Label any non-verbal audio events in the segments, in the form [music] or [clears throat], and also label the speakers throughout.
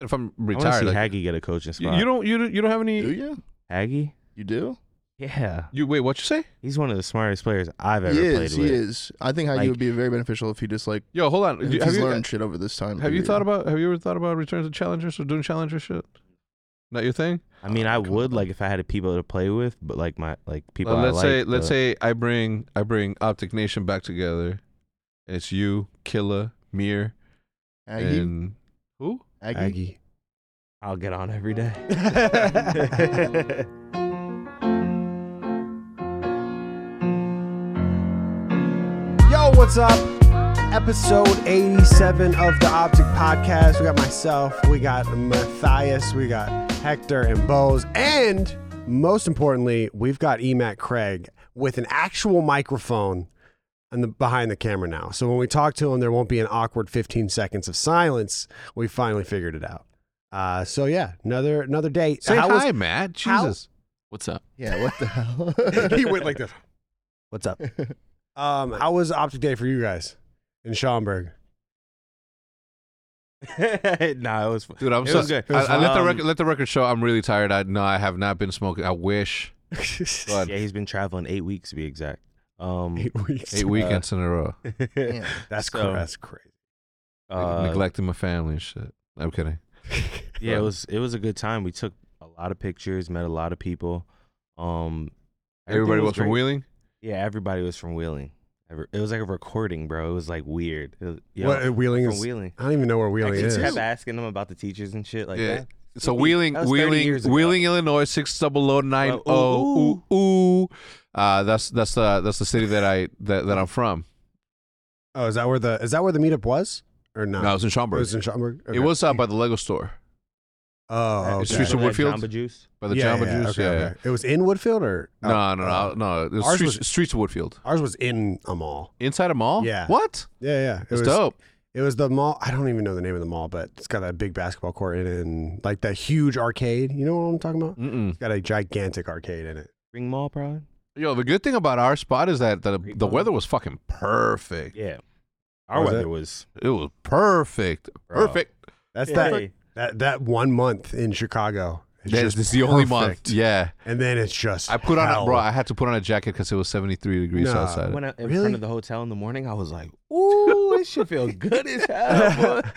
Speaker 1: if I'm
Speaker 2: I want to
Speaker 1: retired,
Speaker 2: see
Speaker 1: like,
Speaker 2: Haggy get a coaching
Speaker 1: you,
Speaker 2: spot.
Speaker 1: you don't you don't- you don't have
Speaker 3: Do
Speaker 1: any.
Speaker 3: you?
Speaker 2: Haggy?
Speaker 3: You do?
Speaker 2: Yeah,
Speaker 1: You wait, what you say?
Speaker 2: he's one of the smartest players I've ever
Speaker 3: he
Speaker 2: played
Speaker 3: is. He
Speaker 2: with.
Speaker 3: is. I think Haggy
Speaker 2: Like-
Speaker 3: would be very beneficial if he just like
Speaker 1: Yo, hold on.
Speaker 3: if
Speaker 1: You-
Speaker 3: he's
Speaker 1: Have you
Speaker 3: learned shit over this time.
Speaker 1: have you
Speaker 3: period.
Speaker 1: thought about have you ever thought about returns to challengers or doing challenger shit? Not your thing.
Speaker 2: I mean,
Speaker 3: Oh,
Speaker 2: I
Speaker 3: come
Speaker 2: would
Speaker 3: on.
Speaker 2: like if I had people to play with, but like my like people.
Speaker 1: Uh,
Speaker 2: I
Speaker 1: let's
Speaker 2: like,
Speaker 1: say let's
Speaker 2: but-
Speaker 1: say I bring I bring Optic Nation back together. And it's you, Killa, Mir,
Speaker 3: Aggie?
Speaker 1: and who?
Speaker 3: Aggie?
Speaker 2: um, Aggie. I'll get on every
Speaker 3: [laughs]
Speaker 2: day. [laughs]
Speaker 4: Yo, what's up? Episode 87 of the Optic Podcast. We got myself, we got Matthias, we got Hector and Bose, and most importantly, we've got Emac Craig with an actual microphone and the, behind the camera now. So when we talk to him, there won't be an awkward 15 seconds of silence. We finally figured it out. Uh, so yeah, another another day.
Speaker 1: Say
Speaker 4: How was-
Speaker 1: hi, Matt.
Speaker 4: how-
Speaker 1: Jesus.
Speaker 5: What's up?
Speaker 3: Yeah. What
Speaker 2: [laughs]
Speaker 3: the hell? [laughs]
Speaker 4: [laughs] he went like this. What's up? Um, how was Optic Day for you guys in Schaumburg?
Speaker 2: nah, it was.
Speaker 1: Dude, I'm
Speaker 2: It
Speaker 1: so
Speaker 2: was good.
Speaker 1: I, I let the
Speaker 2: Um,
Speaker 1: record let the record show I'm really tired. I no, I have not been smoking. I wish. [laughs]
Speaker 2: Yeah,
Speaker 1: God,
Speaker 2: he's been traveling eight weeks to be exact. Um,
Speaker 4: Eight weeks.
Speaker 2: uh,
Speaker 1: eight Uh, weekends in a row.
Speaker 3: Damn.
Speaker 4: That's
Speaker 2: So-
Speaker 4: cra- that's crazy.
Speaker 2: [laughs]
Speaker 3: [laughs]
Speaker 2: uh,
Speaker 1: neglecting my family and shit. I'm kidding.
Speaker 2: yeah, it was it was a good time. We took a lot of pictures, met a lot of people. Um, everything
Speaker 1: Everybody
Speaker 2: was
Speaker 1: was from
Speaker 2: great.
Speaker 1: Wheeling.
Speaker 2: Yeah, everybody was from Wheeling. Every- It was like a recording, bro. It was like weird. It was- yo,
Speaker 4: what uh, Wheeling
Speaker 2: from
Speaker 4: is?
Speaker 2: Wheeling.
Speaker 4: I don't even know where Wheeling
Speaker 2: I
Speaker 4: is.
Speaker 2: kept asking them about the teachers and shit like
Speaker 1: Yeah.
Speaker 2: that.
Speaker 1: So
Speaker 2: Fifty-
Speaker 1: Wheeling,
Speaker 2: that was 30
Speaker 1: Wheeling,
Speaker 2: years ago.
Speaker 1: Wheeling, Illinois, six double oh nine
Speaker 2: Uh, ooh,
Speaker 1: oh ooh ooh. Uh, that's that's the that's the city that I that, that I'm from.
Speaker 4: Oh, is that where the is that where the meetup was or
Speaker 1: No,
Speaker 4: not?
Speaker 1: I was in
Speaker 4: it
Speaker 1: Schaumburg.
Speaker 4: was in Schaumburg.
Speaker 1: It
Speaker 4: Okay.
Speaker 1: was uh, by the Lego store,
Speaker 4: Oh,
Speaker 2: Uh,
Speaker 4: okay.
Speaker 1: It's Streets of
Speaker 2: that
Speaker 1: Woodfield?
Speaker 2: Jamba Juice.
Speaker 1: by the
Speaker 4: yeah,
Speaker 1: Jamba
Speaker 4: yeah,
Speaker 1: Juice.
Speaker 4: okay,
Speaker 1: yeah.
Speaker 4: okay. It was in Woodfield or
Speaker 1: No,
Speaker 4: oh,
Speaker 1: no, no,
Speaker 4: uh,
Speaker 1: no. It was
Speaker 4: ours
Speaker 1: streets,
Speaker 4: was-
Speaker 1: streets of Woodfield,
Speaker 4: Ours was in a mall.
Speaker 1: inside a mall.
Speaker 4: Yeah.
Speaker 1: What?
Speaker 4: Yeah, yeah. It
Speaker 1: It's
Speaker 4: was
Speaker 1: dope.
Speaker 4: It was the mall. I don't even know the name of the mall, but it's got that big basketball court in it and like that huge arcade. You know what I'm talking about?
Speaker 1: Mm-mm.
Speaker 4: It's got a gigantic arcade in it.
Speaker 2: Ring Mall, probably.
Speaker 1: Yo, the good thing about our spot is that the,
Speaker 2: Great
Speaker 1: the
Speaker 2: mall.
Speaker 1: weather was fucking perfect.
Speaker 2: Yeah. Our
Speaker 4: Was
Speaker 2: weather
Speaker 4: it?
Speaker 2: was
Speaker 1: It was perfect,
Speaker 2: Bro.
Speaker 1: perfect.
Speaker 4: That's that
Speaker 2: Hey.
Speaker 4: That that one month in Chicago. is
Speaker 1: That-
Speaker 4: just
Speaker 1: That's the only
Speaker 4: perfect.
Speaker 1: month. Yeah,
Speaker 4: And then it's just
Speaker 1: I put on
Speaker 4: hell.
Speaker 1: a bro. I had to put on a jacket because it was 73 degrees
Speaker 4: Nah.
Speaker 1: outside.
Speaker 2: When I, in
Speaker 4: Really?
Speaker 2: front of the hotel in the morning, I was
Speaker 1: [laughs]
Speaker 2: like, "Ooh, this shit feels good as hell." boy."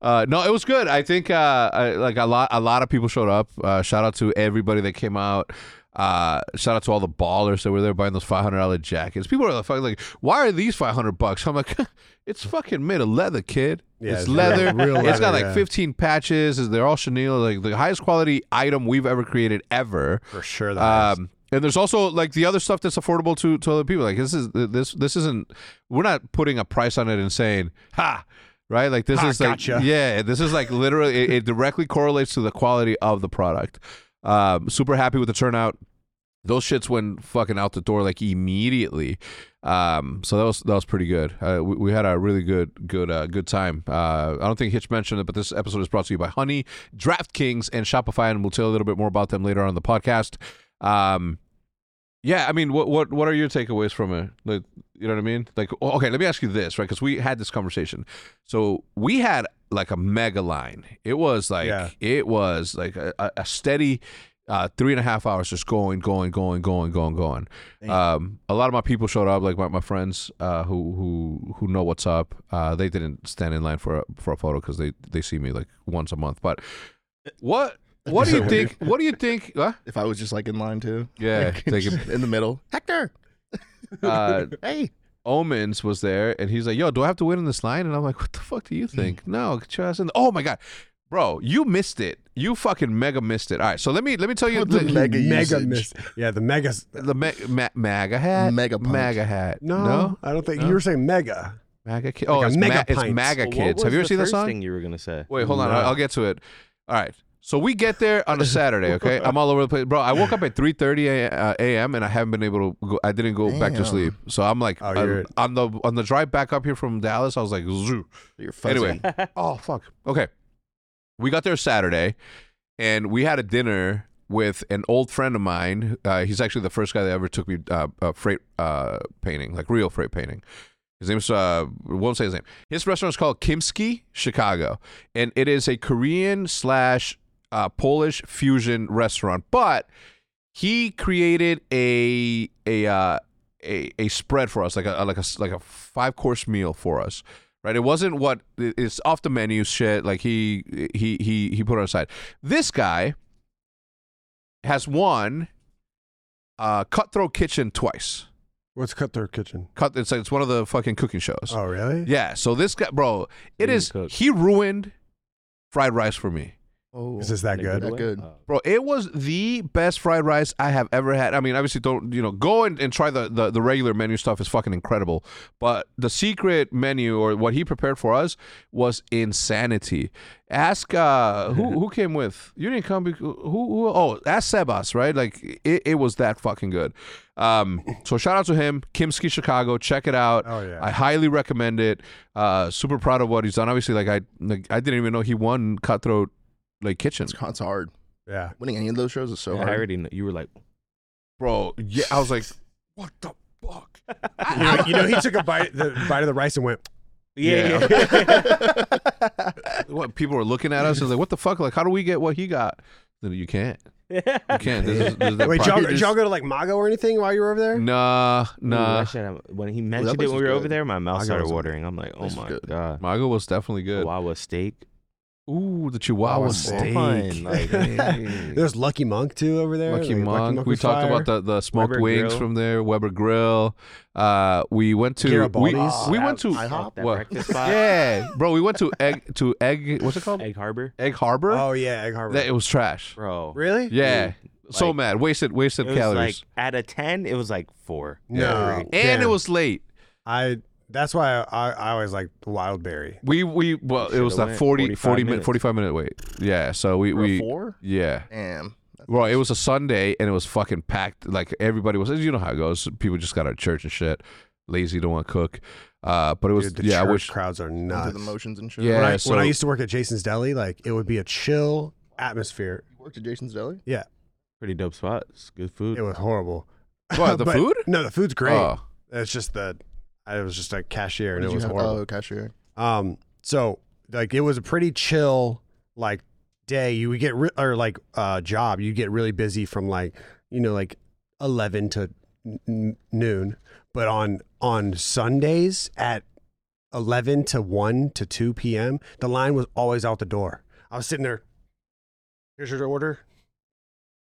Speaker 1: Uh, no, it was good. I think uh, I, like a lot, a lot of people showed up. Uh, shout out to everybody that came out. Uh, shout out to all the ballers that were there buying those five hundred dollar jackets. People are fucking like, "Why are these five hundred bucks?" I'm like, [laughs] "It's fucking made of leather, kid.
Speaker 4: Yeah,
Speaker 1: it's
Speaker 4: it's
Speaker 1: leather.
Speaker 4: real- real
Speaker 1: it's got
Speaker 4: leather,
Speaker 1: like
Speaker 4: yeah.
Speaker 1: fifteen patches. Is They're all chenille, like the highest quality item we've ever created ever."
Speaker 4: for sure that
Speaker 1: Um, and there's also like the other stuff that's affordable to to other people. Like this is this this isn't we're not putting a price on it and saying ha. Right, like this
Speaker 4: Ha,
Speaker 1: is like
Speaker 4: gotcha.
Speaker 1: yeah, this is like literally it, it directly correlates to the quality of the product. Um, super happy with the turnout. Those shits went fucking out the door like immediately. Um, so that was that was pretty good. Uh, we, we had a really good good uh, good time. Uh, I don't think Hitch mentioned it, but this episode is brought to you by Honey, DraftKings, and Shopify, and we'll tell you a little bit more about them later on in the podcast. Um, yeah, I mean, what what what are your takeaways from it? Like, you know what I mean? Like, oh, okay, let me ask you this, right? Because we had this conversation. So we had like a mega line. It was like
Speaker 4: Yeah.
Speaker 1: it was like a, a a steady uh, three and a half hours, just going, going, going, going, going, going. Um, a lot of my people showed up, like my, my friends uh, who who who know what's up. Uh, they didn't stand in line for a, for a photo because they they see me like once a month. But what what do you think? Uh, What do you think? Huh?
Speaker 3: if I was just like in line too.
Speaker 1: Yeah,
Speaker 3: Like,
Speaker 1: take
Speaker 3: just in the middle. [laughs] Hector.
Speaker 1: [laughs] Uh,
Speaker 3: [laughs] Hey.
Speaker 1: Omens was there, and he's like, "Yo, do I have to wait in this line?" And I'm like, "What the fuck do you
Speaker 3: [laughs]
Speaker 1: think?" no, get your ass in. Oh my god, bro, you missed it. You fucking mega missed it. All right, so let me let me tell you
Speaker 3: With the
Speaker 1: the,
Speaker 3: mega
Speaker 4: mega
Speaker 3: usage.
Speaker 4: miss. Yeah, the mega.
Speaker 1: the me- ma- maga hat,
Speaker 3: Mega punch.
Speaker 1: maga hat.
Speaker 4: No, I don't think
Speaker 1: No?
Speaker 4: you were saying mega.
Speaker 1: maga kid.
Speaker 4: Like
Speaker 1: Oh,
Speaker 4: a
Speaker 1: it's,
Speaker 4: mega
Speaker 1: ma- it's
Speaker 4: pint.
Speaker 1: maga
Speaker 2: Well, what
Speaker 1: kids. Have
Speaker 2: was
Speaker 1: you ever
Speaker 2: the
Speaker 1: seen the
Speaker 2: first
Speaker 1: song?
Speaker 2: Thing you were gonna say?
Speaker 1: Wait, hold on.
Speaker 4: No.
Speaker 1: I- I'll get to it. All right. So we get there on a
Speaker 4: [laughs]
Speaker 1: Saturday, okay? I'm all over the place, bro. I woke up at 3:30 a- uh, a.m. and I haven't been able to. Go, I didn't go back to
Speaker 3: Damn.
Speaker 1: sleep, so I'm like
Speaker 4: Oh,
Speaker 1: uh,
Speaker 4: you're-
Speaker 1: on the on the drive back up here from Dallas. I was like, zoo.
Speaker 3: You're fuzzy.
Speaker 1: Anyway, oh fuck. Okay, we got there Saturday, and we had a dinner with an old friend of mine. Uh, he's actually the first guy that ever took me uh, uh, freight uh, painting, like real freight painting. His name's uh, we won't say his name. His restaurant is called Kimski Chicago, and it is a Korean slash uh, Polish fusion restaurant. But he created a a uh, a a spread for us, like a like a like a five course meal for us. Right, it wasn't what it's off the menu shit. Like he he he he put it aside. This guy has won uh, Cutthroat Kitchen twice.
Speaker 4: What's Cutthroat Kitchen?
Speaker 1: Cut it's like, it's one of the fucking cooking shows.
Speaker 4: Oh, really?
Speaker 1: Yeah, so this guy, bro, it
Speaker 2: He
Speaker 1: is
Speaker 2: cooked.
Speaker 1: he ruined fried rice for me.
Speaker 3: Oh,
Speaker 4: Is this that good?
Speaker 3: That good.
Speaker 2: Oh.
Speaker 1: Bro, it was the best fried rice I have ever had. I mean, obviously, don't you know? Go and, and try the, the the regular menu stuff is fucking incredible. But the secret menu or what he prepared for us was insanity. Ask uh, who
Speaker 4: [laughs]
Speaker 1: who came with you didn't come. bec- Who, who oh ask Sebas right? Like it, it was that fucking good. Um, so shout out to him, Kimski Chicago. Check it out.
Speaker 4: Oh, yeah.
Speaker 1: I highly recommend it. Uh, super proud of what he's done. Obviously, like I like I didn't even know he won Cutthroat like Kitchen.
Speaker 3: It's, it's hard.
Speaker 1: [laughs]
Speaker 4: Yeah.
Speaker 3: Winning any of those shows is so
Speaker 2: I
Speaker 3: hard.
Speaker 2: already know. You were like,
Speaker 1: bro. Yeah, I was like, what the fuck?
Speaker 4: You know, you know,
Speaker 1: [laughs]
Speaker 4: he took a bite, the bite of the rice and went,
Speaker 1: Yeah.
Speaker 2: yeah.
Speaker 1: What people were looking at us and like, what the fuck? Like, how do we get what he got? Then you can't. [laughs]
Speaker 2: [laughs]
Speaker 1: You can't. This is, this is that
Speaker 4: Wait, did y'all,
Speaker 1: part.
Speaker 4: did y'all go to like Mago or anything while you were over there?
Speaker 1: Nah,
Speaker 2: Ooh,
Speaker 1: nah.
Speaker 2: that shit, I'm- when he mentioned
Speaker 3: place
Speaker 2: it when
Speaker 3: was
Speaker 2: we were over
Speaker 3: good.
Speaker 2: there, my mouth
Speaker 1: Mago
Speaker 2: started
Speaker 1: was-
Speaker 2: watering. I'm like, oh
Speaker 3: place was
Speaker 2: my
Speaker 3: good.
Speaker 2: god,
Speaker 1: Mago was definitely good.
Speaker 2: Wawa steak.
Speaker 1: Ooh, the Chihuahua
Speaker 4: Wawa
Speaker 1: steak.
Speaker 2: Fine,
Speaker 4: [laughs]
Speaker 2: like, hey.
Speaker 4: Oh, There's Lucky Monk too over there.
Speaker 1: Lucky
Speaker 4: Like,
Speaker 1: Monk. We
Speaker 4: was
Speaker 1: talked
Speaker 4: fire.
Speaker 1: about the, the smoked
Speaker 2: Weber
Speaker 1: wings
Speaker 2: Grill.
Speaker 1: from there. Weber Grill. Uh, we went to we,
Speaker 4: Garibaldi's.
Speaker 1: we went to [laughs]
Speaker 3: I hop.
Speaker 2: Ah, Oh, that
Speaker 1: what?
Speaker 2: breakfast spot.
Speaker 1: yeah, bro. We went to egg to egg. What's it called?
Speaker 2: Egg Harbor,
Speaker 1: Egg Harbor.
Speaker 4: Oh yeah, Egg Harbor.
Speaker 1: that it was trash.
Speaker 2: bro.
Speaker 4: really?
Speaker 1: Yeah, so
Speaker 2: like-
Speaker 1: mad. Wasted wasted
Speaker 2: It was
Speaker 1: calories.
Speaker 2: like out of ten, it was like four.
Speaker 4: No.
Speaker 1: and it
Speaker 4: Damn.
Speaker 1: was late.
Speaker 4: I. That's why I, I always like Wild Berry.
Speaker 1: We we well, it
Speaker 2: Should've
Speaker 1: was that
Speaker 2: went
Speaker 1: 40,
Speaker 2: 45
Speaker 1: 40 minute
Speaker 2: minutes.
Speaker 1: forty five minute wait. Yeah, so we
Speaker 3: For a
Speaker 1: we
Speaker 3: four?
Speaker 1: yeah.
Speaker 3: Damn. That's
Speaker 1: Well, it was a Sunday and it was fucking packed. Like everybody was, you know how it goes. People just got out of church and shit. Lazy, don't want to cook. Uh, but it was
Speaker 4: Dude, the
Speaker 1: yeah. I
Speaker 4: church
Speaker 1: wish
Speaker 4: crowds are
Speaker 3: going
Speaker 4: nuts.
Speaker 3: through the motions and shit.
Speaker 1: Yeah.
Speaker 4: when, I,
Speaker 1: so-
Speaker 4: when I used to work at Jason's Deli, like it would be a chill atmosphere.
Speaker 3: You worked at Jason's Deli?
Speaker 2: Pretty dope spot. It's good food.
Speaker 4: It was horrible. [laughs]
Speaker 1: what the
Speaker 4: But-
Speaker 1: food.
Speaker 4: No, the food's great.
Speaker 1: Oh,
Speaker 4: It's just the I was just a cashier
Speaker 3: What
Speaker 4: and
Speaker 3: did
Speaker 4: it
Speaker 3: you
Speaker 4: was
Speaker 3: have?
Speaker 4: horrible.
Speaker 3: Oh,
Speaker 2: [laughs]
Speaker 3: cashier.
Speaker 4: Um, so like it was a pretty chill like day. You would get re- or like uh job. You get really busy from like you know like eleven to n- n- noon, but on on Sundays at eleven to one to two p.m. the line was always out the door. I was sitting there. Here's your order.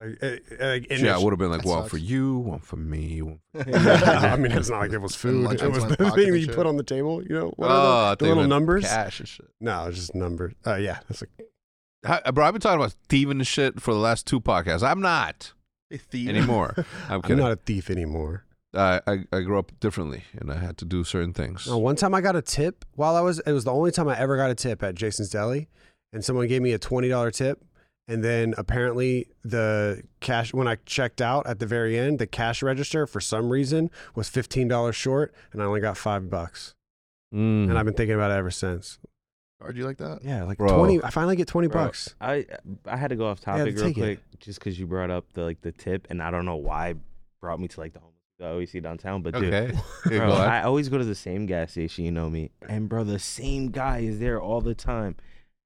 Speaker 4: Like, uh, uh, like, and
Speaker 1: yeah,
Speaker 4: it's-
Speaker 1: it would have been like
Speaker 3: that
Speaker 1: one
Speaker 3: sucks.
Speaker 1: for you, one for me. One
Speaker 4: [laughs]
Speaker 3: [laughs]
Speaker 4: I mean, it's not like it was food.
Speaker 3: lunch
Speaker 4: It
Speaker 3: on
Speaker 4: was the
Speaker 3: someone's pocket
Speaker 4: thing that
Speaker 3: and
Speaker 4: you
Speaker 3: shit.
Speaker 4: put on the table. You know,
Speaker 1: for
Speaker 4: what
Speaker 1: Oh,
Speaker 4: are
Speaker 1: I
Speaker 4: the,
Speaker 1: think
Speaker 4: the little
Speaker 1: it meant
Speaker 4: numbers?
Speaker 1: Ah, cash and shit.
Speaker 4: No, it's just numbers. Uh, yeah, that's like
Speaker 1: Hi- bro, I've been talking about thieving and shit for the last two podcasts. I'm not
Speaker 4: [laughs]
Speaker 3: [laughs]
Speaker 1: anymore. I'm
Speaker 4: I'm
Speaker 1: kidding.
Speaker 4: not a thief anymore.
Speaker 1: I, I I grew up differently, and I had to do certain things.
Speaker 4: No, Uh, one time I got a tip while I was. It was the only time I ever got a tip at Jason's Deli, and someone gave me a twenty dollar tip. And then apparently the cash when I checked out at the very end, the cash register for some reason was fifteen dollars short, and I only got five bucks.
Speaker 1: Mm.
Speaker 4: And I've been thinking about it ever since.
Speaker 3: Are you like that?
Speaker 2: yeah, like
Speaker 1: Bro.
Speaker 4: Twenty. I finally get twenty
Speaker 2: Bro,
Speaker 4: bucks.
Speaker 2: I I had to go off
Speaker 4: Yeah,
Speaker 2: topic real
Speaker 4: take it.
Speaker 2: quick just because you brought up the like the tip, and I don't know why brought me to like the homeless that [laughs] I always see downtown, but [laughs] dude.
Speaker 1: Okay. Yeah,
Speaker 2: Bro,
Speaker 1: go ahead.
Speaker 2: I always go to the same gas station, you know me. And bro, the same guy is there all the time.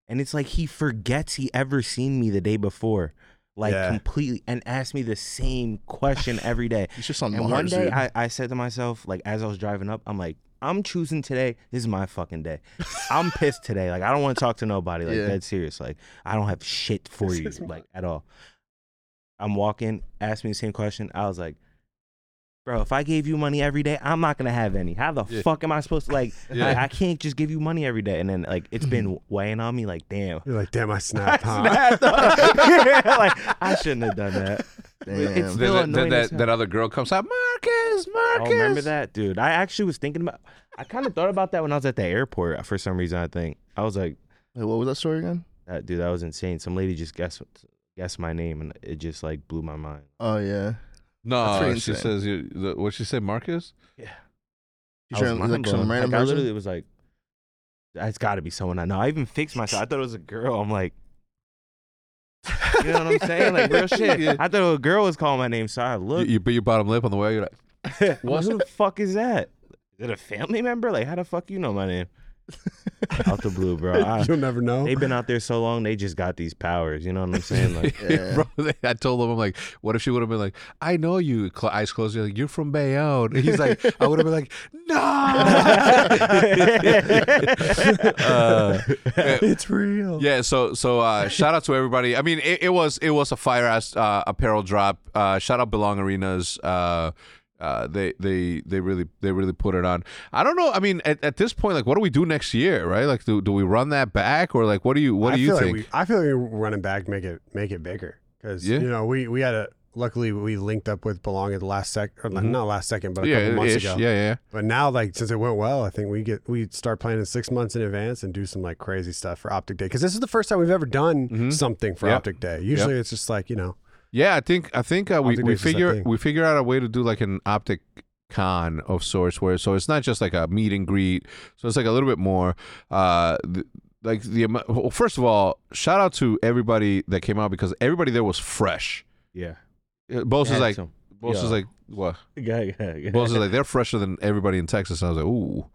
Speaker 2: And it's like he forgets he ever seen me the day before. Like
Speaker 4: Yeah.
Speaker 2: completely and asks me the same question every day.
Speaker 3: He's just on
Speaker 2: And
Speaker 3: Mars,
Speaker 2: one day
Speaker 3: dude.
Speaker 2: I, I said to myself, like as I was driving up, I'm like, I'm choosing today. This is my fucking day. I'm pissed today. Like I don't want to talk to nobody. Like
Speaker 3: Yeah.
Speaker 2: dead serious. Like I don't have shit for
Speaker 4: This
Speaker 2: you.
Speaker 4: is my-
Speaker 2: Like at all. I'm walking. Asked me the same question. I was like, bro, if I gave you money every day, I'm not gonna have any. How the
Speaker 1: Yeah.
Speaker 2: fuck am I supposed to like?
Speaker 1: Yeah.
Speaker 2: I, I can't just give you money every day. And then like it's been weighing on me. Like damn. [laughs]
Speaker 4: You're
Speaker 1: [laughs]
Speaker 4: like, damn, I snapped. huh?
Speaker 2: Snapped up. [laughs] Yeah, like I shouldn't have done that.
Speaker 3: Damn.
Speaker 2: it's-
Speaker 1: Then
Speaker 2: still
Speaker 1: that, then
Speaker 2: annoying
Speaker 1: that,
Speaker 2: as hell.
Speaker 1: that other girl comes out, Marcus, Marcus.
Speaker 2: Oh, remember that, dude? I actually was thinking about. I kind of thought about that when I was at the airport for some reason. I think I was like,
Speaker 3: Wait, what was that story again?
Speaker 2: that, "Dude, that was insane." Some lady just guessed guessed my name, and it just like blew my mind.
Speaker 3: Oh, yeah. That's
Speaker 1: No,
Speaker 3: pretty
Speaker 1: she
Speaker 3: insane.
Speaker 1: says you. The, what she say, Marcus?
Speaker 2: Yeah,
Speaker 3: You sure like some random
Speaker 2: I
Speaker 3: person? [laughs]
Speaker 2: literally was like, "It's got to be someone I know." I even fixed myself. I thought it was a girl. I'm like. [laughs] you know what I'm saying? Like
Speaker 3: [laughs]
Speaker 2: real shit.
Speaker 1: Yeah.
Speaker 2: I thought a girl was calling my name, so I
Speaker 1: You,
Speaker 2: [laughs] looked.
Speaker 1: you bit your bottom lip on the way. You're like, [laughs]
Speaker 2: I'm like, Who the fuck is that? Is it a family member? Like, how the fuck you know my name? Out the blue, bro. I-
Speaker 4: [laughs] You'll never know.
Speaker 2: they've been out there so long, they just got these powers. You know what I'm saying?
Speaker 1: [laughs]
Speaker 2: Like,
Speaker 3: Yeah.
Speaker 1: Bro, I told him, I'm like, what if she would have been like, I know you, cl- eyes closed, you're like, you're from Bayonne. And he's like, I would have been like, no. Uh,
Speaker 4: it's real.
Speaker 1: yeah, so so
Speaker 4: [laughs]
Speaker 1: uh, shout out to everybody. I mean, it, it was it was a fire ass uh, apparel drop. Uh, shout out Belong Arenas. Uh, uh, they they they really they really put it on. I don't know. I mean, at, at this point, like, what do we do next year? Right? Like, do, do we run that back or like, what do you what
Speaker 4: I
Speaker 1: do you
Speaker 4: feel
Speaker 1: think?
Speaker 4: Like we, I feel like we're running back, make it make it bigger because
Speaker 1: Yeah.
Speaker 4: you know we we had a luckily we linked up with Belong at the last sec or not- not last second but a
Speaker 1: yeah,
Speaker 4: couple months
Speaker 1: ish.
Speaker 4: ago.
Speaker 1: yeah, yeah.
Speaker 4: But now like since it went well, I think we get we start planning six months in advance and do some like crazy stuff for Optic Day because this is the first time we've ever done
Speaker 1: Mhm.
Speaker 4: something for
Speaker 1: Yep.
Speaker 4: Optic Day. Usually it's just like you know
Speaker 1: Yeah, I think I think uh, we
Speaker 4: Optic
Speaker 1: we
Speaker 4: Days is that
Speaker 1: figure
Speaker 4: thing.
Speaker 1: we figure out a way to do like an optic con of sorts, where so it's not just like a meet and greet, so it's like a little bit more. Uh, th- like the amo- well, first of all, shout out to everybody that came out because everybody there was fresh.
Speaker 2: yeah.
Speaker 1: Uh, Bose is
Speaker 2: Had
Speaker 1: like
Speaker 2: some.
Speaker 1: Bose is
Speaker 2: Yeah.
Speaker 1: like what?
Speaker 2: Yeah, yeah, yeah.
Speaker 1: Bose is like they're fresher than everybody in Texas. And I was like, ooh,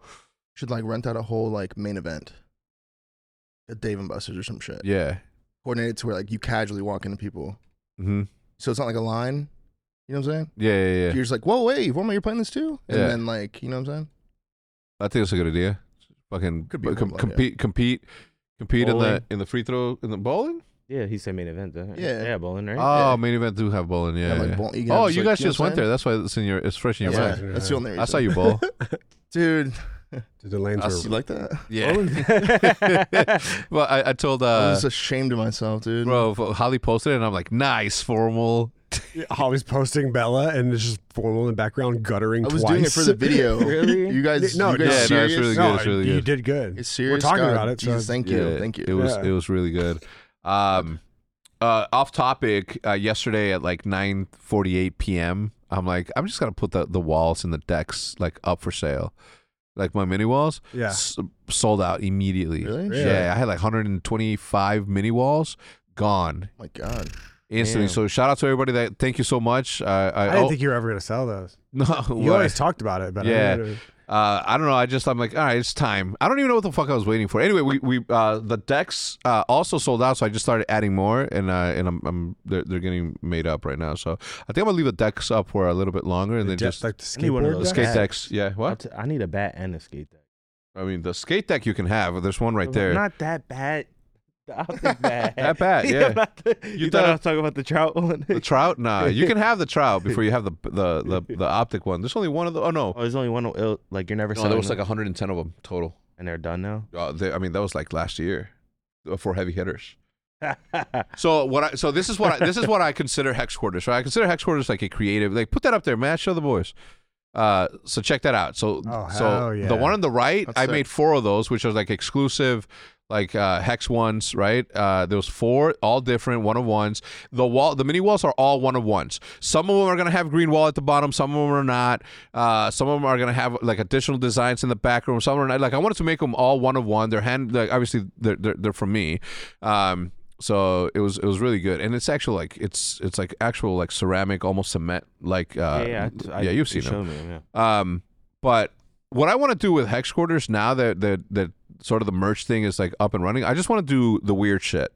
Speaker 3: Should like rent out a whole like main event at Dave and Buster's or some shit.
Speaker 1: yeah,
Speaker 3: Coordinated to where like you casually walk into people,
Speaker 1: hmm
Speaker 3: so it's not like a line. You know what I'm saying?
Speaker 1: yeah, yeah, yeah.
Speaker 3: You're just like, whoa, wait, Forma, you're playing this too? And
Speaker 1: Yeah.
Speaker 3: then like, you know what I'm saying?
Speaker 1: I think that's a good idea. Fucking
Speaker 3: Could be a
Speaker 1: com-
Speaker 3: good one, yeah.
Speaker 1: compete, compete, compete in
Speaker 2: Bowling.
Speaker 1: the in the free throw in the bowling.
Speaker 2: yeah, he said main event. doesn't he?
Speaker 3: Yeah.
Speaker 2: Yeah, bowling, right?
Speaker 1: Oh,
Speaker 3: Yeah.
Speaker 1: main event do have bowling. Yeah,
Speaker 3: And,
Speaker 1: yeah.
Speaker 3: like, bowl- you can
Speaker 1: Oh,
Speaker 3: just,
Speaker 1: you
Speaker 3: like,
Speaker 1: guys
Speaker 3: know
Speaker 1: just
Speaker 3: what
Speaker 1: went
Speaker 3: I'm
Speaker 1: there. That's why it's in your. It's fresh in
Speaker 3: saying?
Speaker 1: your
Speaker 3: Yeah,
Speaker 1: mind.
Speaker 4: mind.
Speaker 3: that's the only reason.
Speaker 1: I saw you bowl.
Speaker 3: [laughs]
Speaker 4: [laughs]
Speaker 3: dude.
Speaker 4: the lanes
Speaker 1: I
Speaker 4: were
Speaker 1: see-
Speaker 3: You like that?
Speaker 1: well, I, I told
Speaker 3: I
Speaker 1: uh,
Speaker 3: was just ashamed of myself, dude.
Speaker 1: bro f- Holly posted it, and I'm like, nice formal.
Speaker 4: [laughs] Holly's posting Bella and it's just formal in the background guttering
Speaker 3: I was
Speaker 4: twice.
Speaker 3: doing it for
Speaker 1: [laughs]
Speaker 3: the video.
Speaker 2: Really?
Speaker 3: You guys,
Speaker 4: No,
Speaker 3: you
Speaker 4: no,
Speaker 3: guys
Speaker 4: Yeah, [laughs] no,
Speaker 1: it's
Speaker 3: serious?
Speaker 1: really good. It's really
Speaker 4: you
Speaker 1: good.
Speaker 4: did good.
Speaker 3: It's serious.
Speaker 4: We're talking
Speaker 3: God,
Speaker 4: about it, so
Speaker 3: Jesus, thank you,
Speaker 1: Yeah,
Speaker 3: thank you. Oh
Speaker 1: It was
Speaker 4: Yeah.
Speaker 1: it was really good. Um, uh, off topic. Uh, yesterday at like 9:48 p.m., I'm like, I'm just gonna put the the walls and the decks like up for sale, like my mini walls.
Speaker 4: yeah.
Speaker 1: s- sold out immediately.
Speaker 3: Really?
Speaker 4: Really?
Speaker 1: Yeah, I had like 125 mini walls gone
Speaker 3: Oh my God,
Speaker 1: instantly.
Speaker 2: Damn.
Speaker 1: So shout out to everybody that thank you so much. Uh, I,
Speaker 4: I didn't
Speaker 1: oh,
Speaker 4: think you were ever gonna sell those.
Speaker 1: [laughs]
Speaker 4: [laughs]
Speaker 1: no,
Speaker 4: You
Speaker 1: what?
Speaker 4: always talked about it, but
Speaker 1: Yeah.
Speaker 4: I didn't-
Speaker 1: Uh, I don't know. I just I'm like, all right, it's time. I don't even know what the fuck I was waiting for. Anyway, we we uh, the decks uh, also sold out, so I just started adding more, and uh, and I'm, I'm they're, they're getting made up right now. So I think I'm gonna leave the decks up for a little bit longer, and then
Speaker 4: de-
Speaker 1: just
Speaker 4: like the
Speaker 2: I need one of
Speaker 4: skateboard
Speaker 2: those
Speaker 4: decks?
Speaker 1: skate
Speaker 2: decks.
Speaker 1: decks. Yeah,
Speaker 2: I'll
Speaker 1: [laughs] what?
Speaker 2: t- I need a bat and a skate deck.
Speaker 1: I mean, the skate deck you can have. There's one right there.
Speaker 2: Not that bad. [laughs] The optic
Speaker 1: [laughs]
Speaker 2: bat.
Speaker 1: That bat, yeah.
Speaker 2: not the- [laughs] you, thought, I was talking about the trout one? [laughs]
Speaker 1: The trout? Nah, you can have the trout before you have the the
Speaker 4: [laughs]
Speaker 1: the, the optic one. There's only one of the. Oh no,
Speaker 2: oh, there's only one. uh, Like you're never.
Speaker 1: no, there Oh, was
Speaker 2: selling
Speaker 1: like
Speaker 2: them,
Speaker 1: 110 of them total.
Speaker 2: and they're done now. [laughs]
Speaker 1: Uh, they, I mean, that was like last year uh, for heavy hitters. So what? I, so this is what I, this is what I consider hex quarters. Right? I consider hex quarters like a creative. Like put that up there, man. Show the boys. Uh, so check that out. So
Speaker 4: Oh,
Speaker 1: so
Speaker 4: hell yeah.
Speaker 1: the one on the right,
Speaker 3: That's
Speaker 1: I
Speaker 3: sick.
Speaker 1: made four of those, which are like exclusive, like uh, hex ones. Right? Uh, there was four, all different, one of ones. The wall, the mini walls are all one of ones. Some of them are gonna have green wall at the bottom. Some of them are not. Uh, some of them are gonna have like additional designs in the back room. Some are not. Like I wanted to make them all one of one. They're hand, like obviously they're they're, they're from me. Um, so it was it was really good, and it's actual like it's it's like actual like ceramic, almost cement like uh,
Speaker 2: yeah, yeah, I t- I-
Speaker 1: you've
Speaker 2: you
Speaker 1: seen them.
Speaker 2: showed me 'em, yeah.
Speaker 1: Um, but what I want to do with hex quarters now that that that sort of the merch thing is like up and running, I just want to do the weird shit.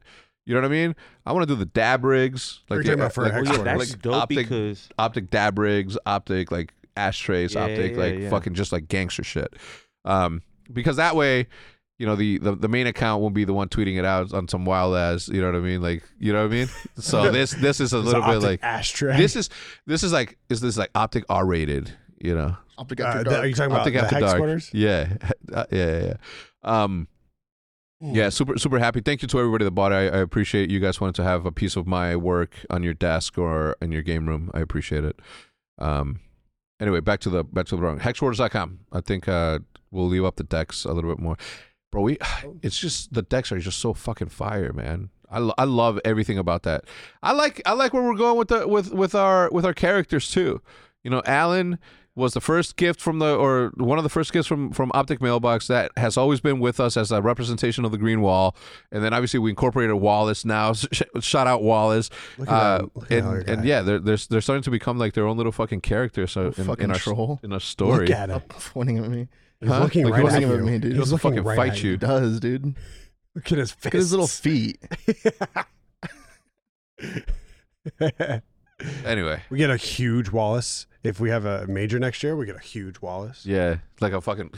Speaker 1: You know what I mean? I want to do the dab rigs,
Speaker 4: We're
Speaker 1: like,
Speaker 4: talking
Speaker 1: the-
Speaker 4: about for
Speaker 1: like,
Speaker 4: hex
Speaker 2: Well,
Speaker 1: op-
Speaker 2: yeah,
Speaker 4: quarters.
Speaker 2: that's
Speaker 1: like
Speaker 2: dope
Speaker 1: optic
Speaker 2: because
Speaker 1: optic dab rigs, optic like ashtrays,
Speaker 2: Yeah,
Speaker 1: optic
Speaker 2: yeah,
Speaker 1: like
Speaker 2: yeah.
Speaker 1: fucking just like gangster shit. Um, because that way, you know, the, the the main account won't be the one tweeting it out on some wild ass. You know what I mean? Like, you know what I mean?
Speaker 4: [laughs]
Speaker 1: So this this is a
Speaker 4: It's
Speaker 1: little
Speaker 4: an
Speaker 1: bit
Speaker 4: optic
Speaker 1: like
Speaker 4: [laughs] ashtray.
Speaker 1: this is this is like is this like optic R rated? You know,
Speaker 3: optic
Speaker 4: Uh,
Speaker 3: after
Speaker 4: the-
Speaker 3: dark.
Speaker 4: are you talking about
Speaker 1: optic
Speaker 4: the
Speaker 1: after
Speaker 4: hex
Speaker 1: dark.
Speaker 4: quarters?
Speaker 1: Yeah, [laughs] Uh, yeah, yeah, yeah. Um,
Speaker 4: Hmm.
Speaker 1: yeah, super super happy. Thank you to everybody that bought it. I, I appreciate you guys wanted to have a piece of my work on your desk or in your game room. I appreciate it. Um, anyway, back to the back to the wrong hexwords.com. I think uh, we'll leave up the decks a little bit more, bro. We [sighs] it's just the decks are just so fucking fire, man. I, lo- I love everything about that. I like I like where we're going with the with with our with our characters too. You know, Alan was the first gift from the or one of the first gifts from from Optic Mailbox that has always been with us as a representation of the green wall, and then obviously we incorporated Wallace now. [laughs] Sh- shout out Wallace,
Speaker 4: Look at
Speaker 1: uh,
Speaker 4: him. Look at our
Speaker 1: and, and
Speaker 4: guy.
Speaker 1: yeah, they're, they're they're starting to become like their own little fucking character. So in,
Speaker 3: fucking
Speaker 1: in our
Speaker 3: troll.
Speaker 1: in our story,
Speaker 4: Look at him.
Speaker 3: Stop pointing at me.
Speaker 4: He's
Speaker 1: Huh?
Speaker 4: looking
Speaker 1: Like, he's
Speaker 4: right at
Speaker 3: looking at
Speaker 4: you.
Speaker 3: me, dude.
Speaker 1: he
Speaker 4: He's
Speaker 1: doesn't
Speaker 4: looking
Speaker 1: fucking
Speaker 4: right at
Speaker 1: fight
Speaker 3: He
Speaker 1: you.
Speaker 3: does, dude.
Speaker 4: Look at his face.
Speaker 3: Look at his little feet.
Speaker 1: Anyway,
Speaker 4: [laughs] we get a huge Wallace. If we have a major next year, we get a huge Wallace.
Speaker 1: yeah, like a fucking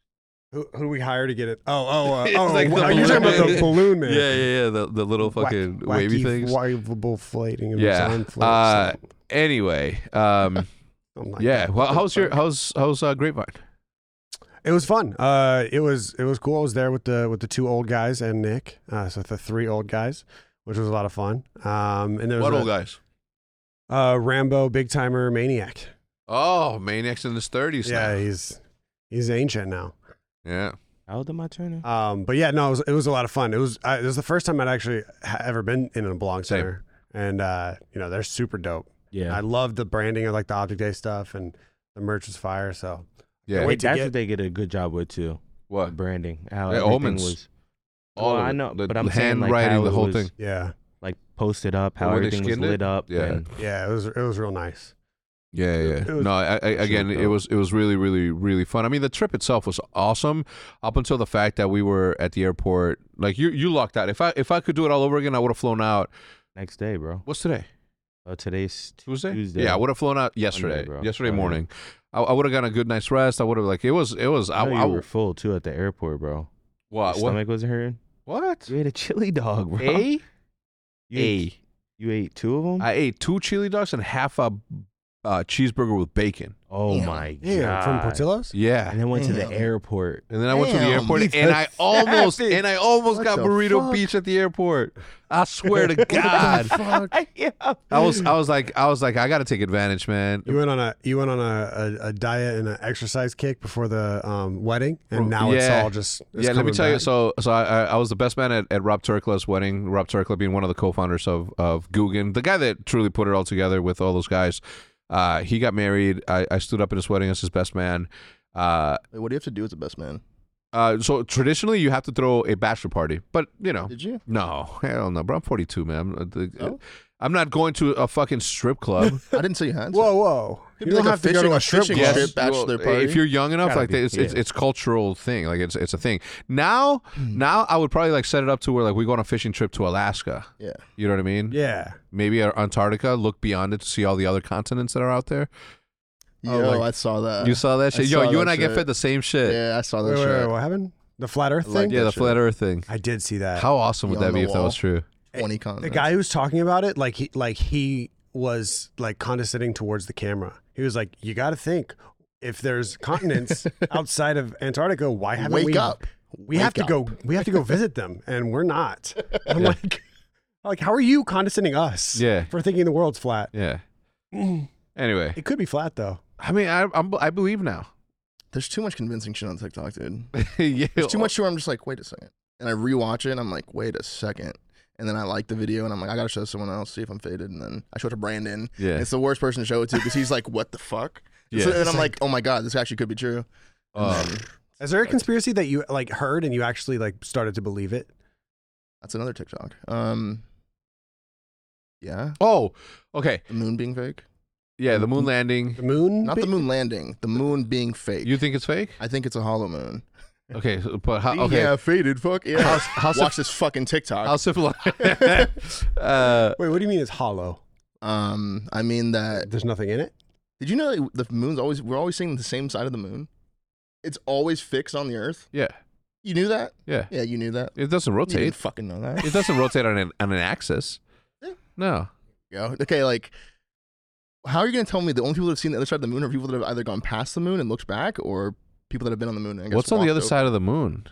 Speaker 1: [laughs]
Speaker 4: Who, who do we hire to get it? Oh, oh, uh,
Speaker 1: It's
Speaker 4: oh!
Speaker 1: like the
Speaker 4: well, you're talking about the balloon man.
Speaker 1: yeah, yeah, yeah, the the little fucking
Speaker 4: Wack-
Speaker 1: wavy
Speaker 4: wacky,
Speaker 1: things.
Speaker 4: [laughs] Waveable flating. And
Speaker 1: Yeah.
Speaker 4: design floats.
Speaker 1: Uh, Anyway,
Speaker 4: [laughs]
Speaker 1: um,
Speaker 4: Something like
Speaker 1: yeah.
Speaker 4: that.
Speaker 1: Well, how's your how's how's uh, Grapevine?
Speaker 4: It was fun. Uh, it was it was cool. I was there with the with the two old guys and Nick. Uh, so the three old guys, which was a lot of fun. Um, and there was
Speaker 1: What
Speaker 4: a,
Speaker 1: old guys?
Speaker 4: Uh, Rambo, big timer, maniac.
Speaker 1: Oh, Maniacs in his thirties.
Speaker 4: yeah,
Speaker 1: Yeah,
Speaker 4: he's he's ancient now.
Speaker 1: yeah.
Speaker 2: How old am I turning?
Speaker 4: Um, but yeah, no, it was, it was a lot of fun. It was I, it was the first time I'd actually ha- ever been in a belong
Speaker 1: Same.
Speaker 4: center, and uh, you know they're super dope.
Speaker 2: Yeah.
Speaker 4: I loved the branding of like the Object Day stuff, and the merch was fire. So
Speaker 1: yeah.
Speaker 4: Wait
Speaker 2: Wait,
Speaker 4: to
Speaker 2: that's
Speaker 4: get-
Speaker 2: what they get a good job with too.
Speaker 1: What?
Speaker 2: Branding. How
Speaker 1: Yeah,
Speaker 2: everything
Speaker 1: omens.
Speaker 2: was
Speaker 1: All
Speaker 2: Well,
Speaker 1: of
Speaker 2: I
Speaker 1: it.
Speaker 2: know,
Speaker 1: The
Speaker 2: but I'm saying, like,
Speaker 1: handwriting,
Speaker 2: how
Speaker 1: the
Speaker 2: it
Speaker 1: whole
Speaker 2: was-
Speaker 1: thing.
Speaker 4: yeah,
Speaker 2: like posted up, how
Speaker 1: Or when they
Speaker 2: everything was
Speaker 1: skinned it?
Speaker 2: lit up.
Speaker 1: Yeah.
Speaker 2: And
Speaker 4: yeah, it was it was real nice.
Speaker 1: Yeah, yeah.
Speaker 4: It was
Speaker 1: no, I, I, again,
Speaker 2: dope.
Speaker 1: it was it was really, really, really fun. I mean, the trip itself was awesome, up until the fact that we were at the airport. Like you, you locked out. If I if I could do it all over again, I would have flown out.
Speaker 2: Next day, bro.
Speaker 1: What's today?
Speaker 2: Uh, today's t-
Speaker 1: Tuesday.
Speaker 2: Tuesday.
Speaker 1: Yeah, I would have flown out yesterday.
Speaker 2: bro.
Speaker 1: yesterday
Speaker 2: Oh, yeah.
Speaker 1: morning, I, I would have gotten a good night's rest. I would have like it was it was. I,
Speaker 2: I know
Speaker 1: I,
Speaker 2: you were full too at the airport, bro.
Speaker 1: what,
Speaker 2: Your
Speaker 1: what
Speaker 2: stomach was hurting.
Speaker 1: what?
Speaker 2: You ate a chili dog, bro.
Speaker 1: A
Speaker 2: You ate, you ate two of them.
Speaker 1: I ate two chili dogs and half a uh, cheeseburger with bacon.
Speaker 2: oh
Speaker 3: Damn.
Speaker 2: my god!
Speaker 4: Yeah, from Portillo's.
Speaker 1: Yeah.
Speaker 2: And then went to the
Speaker 3: Damn.
Speaker 2: airport.
Speaker 1: And then I went to the
Speaker 3: Damn,
Speaker 1: airport
Speaker 3: he's
Speaker 1: and I
Speaker 3: a
Speaker 1: almost
Speaker 3: savage.
Speaker 1: and I almost
Speaker 3: What
Speaker 1: got
Speaker 3: the
Speaker 1: burrito
Speaker 3: fuck?
Speaker 1: beach at the airport. I swear
Speaker 3: [laughs]
Speaker 1: to God.
Speaker 2: yeah.
Speaker 1: I was I was like I was like I gotta take advantage, man.
Speaker 4: You went on a you went on a, a, a diet and an exercise kick before the um, wedding, and now it's
Speaker 1: Yeah.
Speaker 4: all just it's
Speaker 1: yeah, let me
Speaker 4: coming
Speaker 1: tell you.
Speaker 4: back.
Speaker 1: So, so I, I- I was the best man at, at Rob Turkla's wedding. Rob Turkla being one of the co-founders of of Guggen, the guy that truly put it all together with all those guys. Uh, he got married. I, I stood up at his wedding as his best man. Uh,
Speaker 3: Wait, what do you have to do as a best man?
Speaker 1: uh, so traditionally you have to throw a bachelor party, but you know,
Speaker 3: Did you?
Speaker 1: no, hell no, bro. I'm 42, man. I'm, uh, the-
Speaker 3: No?
Speaker 1: I'm not going to a fucking strip
Speaker 3: [laughs]
Speaker 1: club.
Speaker 3: I didn't say you had to.
Speaker 4: whoa, whoa! You
Speaker 3: It'd be
Speaker 4: don't
Speaker 3: like a
Speaker 4: have to go to
Speaker 3: fishing-
Speaker 4: a
Speaker 3: a
Speaker 4: strip
Speaker 3: fishing
Speaker 4: club.
Speaker 3: trip. bachelor
Speaker 1: well,
Speaker 3: party.
Speaker 1: If you're young enough,
Speaker 2: Gotta
Speaker 1: like
Speaker 2: be,
Speaker 1: it's, it's
Speaker 2: yeah.
Speaker 1: it's cultural thing. Like it's it's a thing. Now
Speaker 3: Hmm.
Speaker 1: now I would probably like set it up to where like we go on a fishing trip to Alaska.
Speaker 3: Yeah.
Speaker 1: You know what I mean?
Speaker 4: Yeah,
Speaker 1: Maybe a- Antarctica. Look beyond it to see all the other continents that are out there.
Speaker 3: Yo,
Speaker 4: Oh, like-
Speaker 3: I saw that.
Speaker 1: you saw that
Speaker 3: Uh, I
Speaker 1: shit. Yo,
Speaker 3: saw
Speaker 1: you
Speaker 3: that
Speaker 1: and I get
Speaker 3: shit.
Speaker 1: fed the same shit.
Speaker 3: Yeah, I saw that
Speaker 4: wait, wait,
Speaker 3: shit.
Speaker 4: wait, what happened? The flat Earth
Speaker 3: I like
Speaker 4: thing.
Speaker 1: Yeah, the
Speaker 3: that shit.
Speaker 1: flat Earth thing.
Speaker 4: I did see that.
Speaker 1: How awesome would
Speaker 3: Yeah,
Speaker 1: that
Speaker 3: on
Speaker 1: be
Speaker 3: the
Speaker 1: if that
Speaker 3: wall.
Speaker 1: was true?
Speaker 3: Twenty con.
Speaker 4: the guy who was talking about it, like he like he was like condescending towards the camera. He was like, "You got to think." If there's
Speaker 3: [laughs]
Speaker 4: continents outside of Antarctica, why haven't
Speaker 3: Wake
Speaker 4: we
Speaker 3: up.
Speaker 4: We
Speaker 3: Wake
Speaker 4: have to
Speaker 3: up.
Speaker 4: go. We have to go visit them, and
Speaker 3: [laughs]
Speaker 4: we're not. I'm
Speaker 1: Yeah.
Speaker 4: like, like, how are you condescending us?
Speaker 1: Yeah.
Speaker 4: for thinking the world's flat.
Speaker 1: Yeah.
Speaker 3: Mm.
Speaker 1: Anyway,
Speaker 4: It could be flat though.
Speaker 1: I mean, I I'm, I believe now. [laughs]
Speaker 3: There's too much convincing shit on TikTok, dude.
Speaker 1: yeah.
Speaker 3: There's too much to where I'm just like, wait a second. And I rewatch it and I'm like, wait a second. And then I like the video and I'm like, I gotta show someone else, see if I'm faded. And then I show it to Brandon.
Speaker 1: Yeah.
Speaker 3: It's the worst person to show it to because he's like, what the fuck?
Speaker 1: Yeah.
Speaker 3: So, and I'm like, oh my god, this actually could be true. And
Speaker 1: Um,
Speaker 3: then-
Speaker 4: Is there a conspiracy that you like heard and you actually like started to believe it?
Speaker 3: that's another TikTok. Um, yeah,
Speaker 1: oh, okay.
Speaker 3: the moon being fake.
Speaker 1: Yeah, the
Speaker 3: Mm-hmm.
Speaker 1: moon landing.
Speaker 4: The moon?
Speaker 3: Not the moon landing. The moon being fake.
Speaker 1: You think it's fake?
Speaker 3: I think it's a hollow moon.
Speaker 1: Okay, so- but how, okay.
Speaker 3: Yeah, faded. Fuck yeah.
Speaker 1: How's- how's
Speaker 3: Watch this fucking TikTok.
Speaker 1: I'll simplify. [laughs] uh,
Speaker 4: Wait, what do you mean it's hollow?
Speaker 3: um, I mean that.
Speaker 4: There's nothing in it.
Speaker 3: Did you know that the moon's always we're always seeing the same side of the moon? It's always fixed on the Earth.
Speaker 1: yeah,
Speaker 3: You knew that?
Speaker 1: yeah.
Speaker 3: Yeah, you knew that.
Speaker 1: It doesn't
Speaker 3: You didn't
Speaker 1: rotate.
Speaker 3: fucking know that.
Speaker 1: It doesn't rotate on an on an axis.
Speaker 3: Yeah.
Speaker 1: No.
Speaker 3: Yo, okay, like, how are you gonna tell me the only people that have seen the other side of the moon are people that have either gone past the moon and looked back, or people that have been on the moon? And I guess
Speaker 1: What's on the
Speaker 3: walked
Speaker 1: other
Speaker 3: over?
Speaker 1: side of the moon?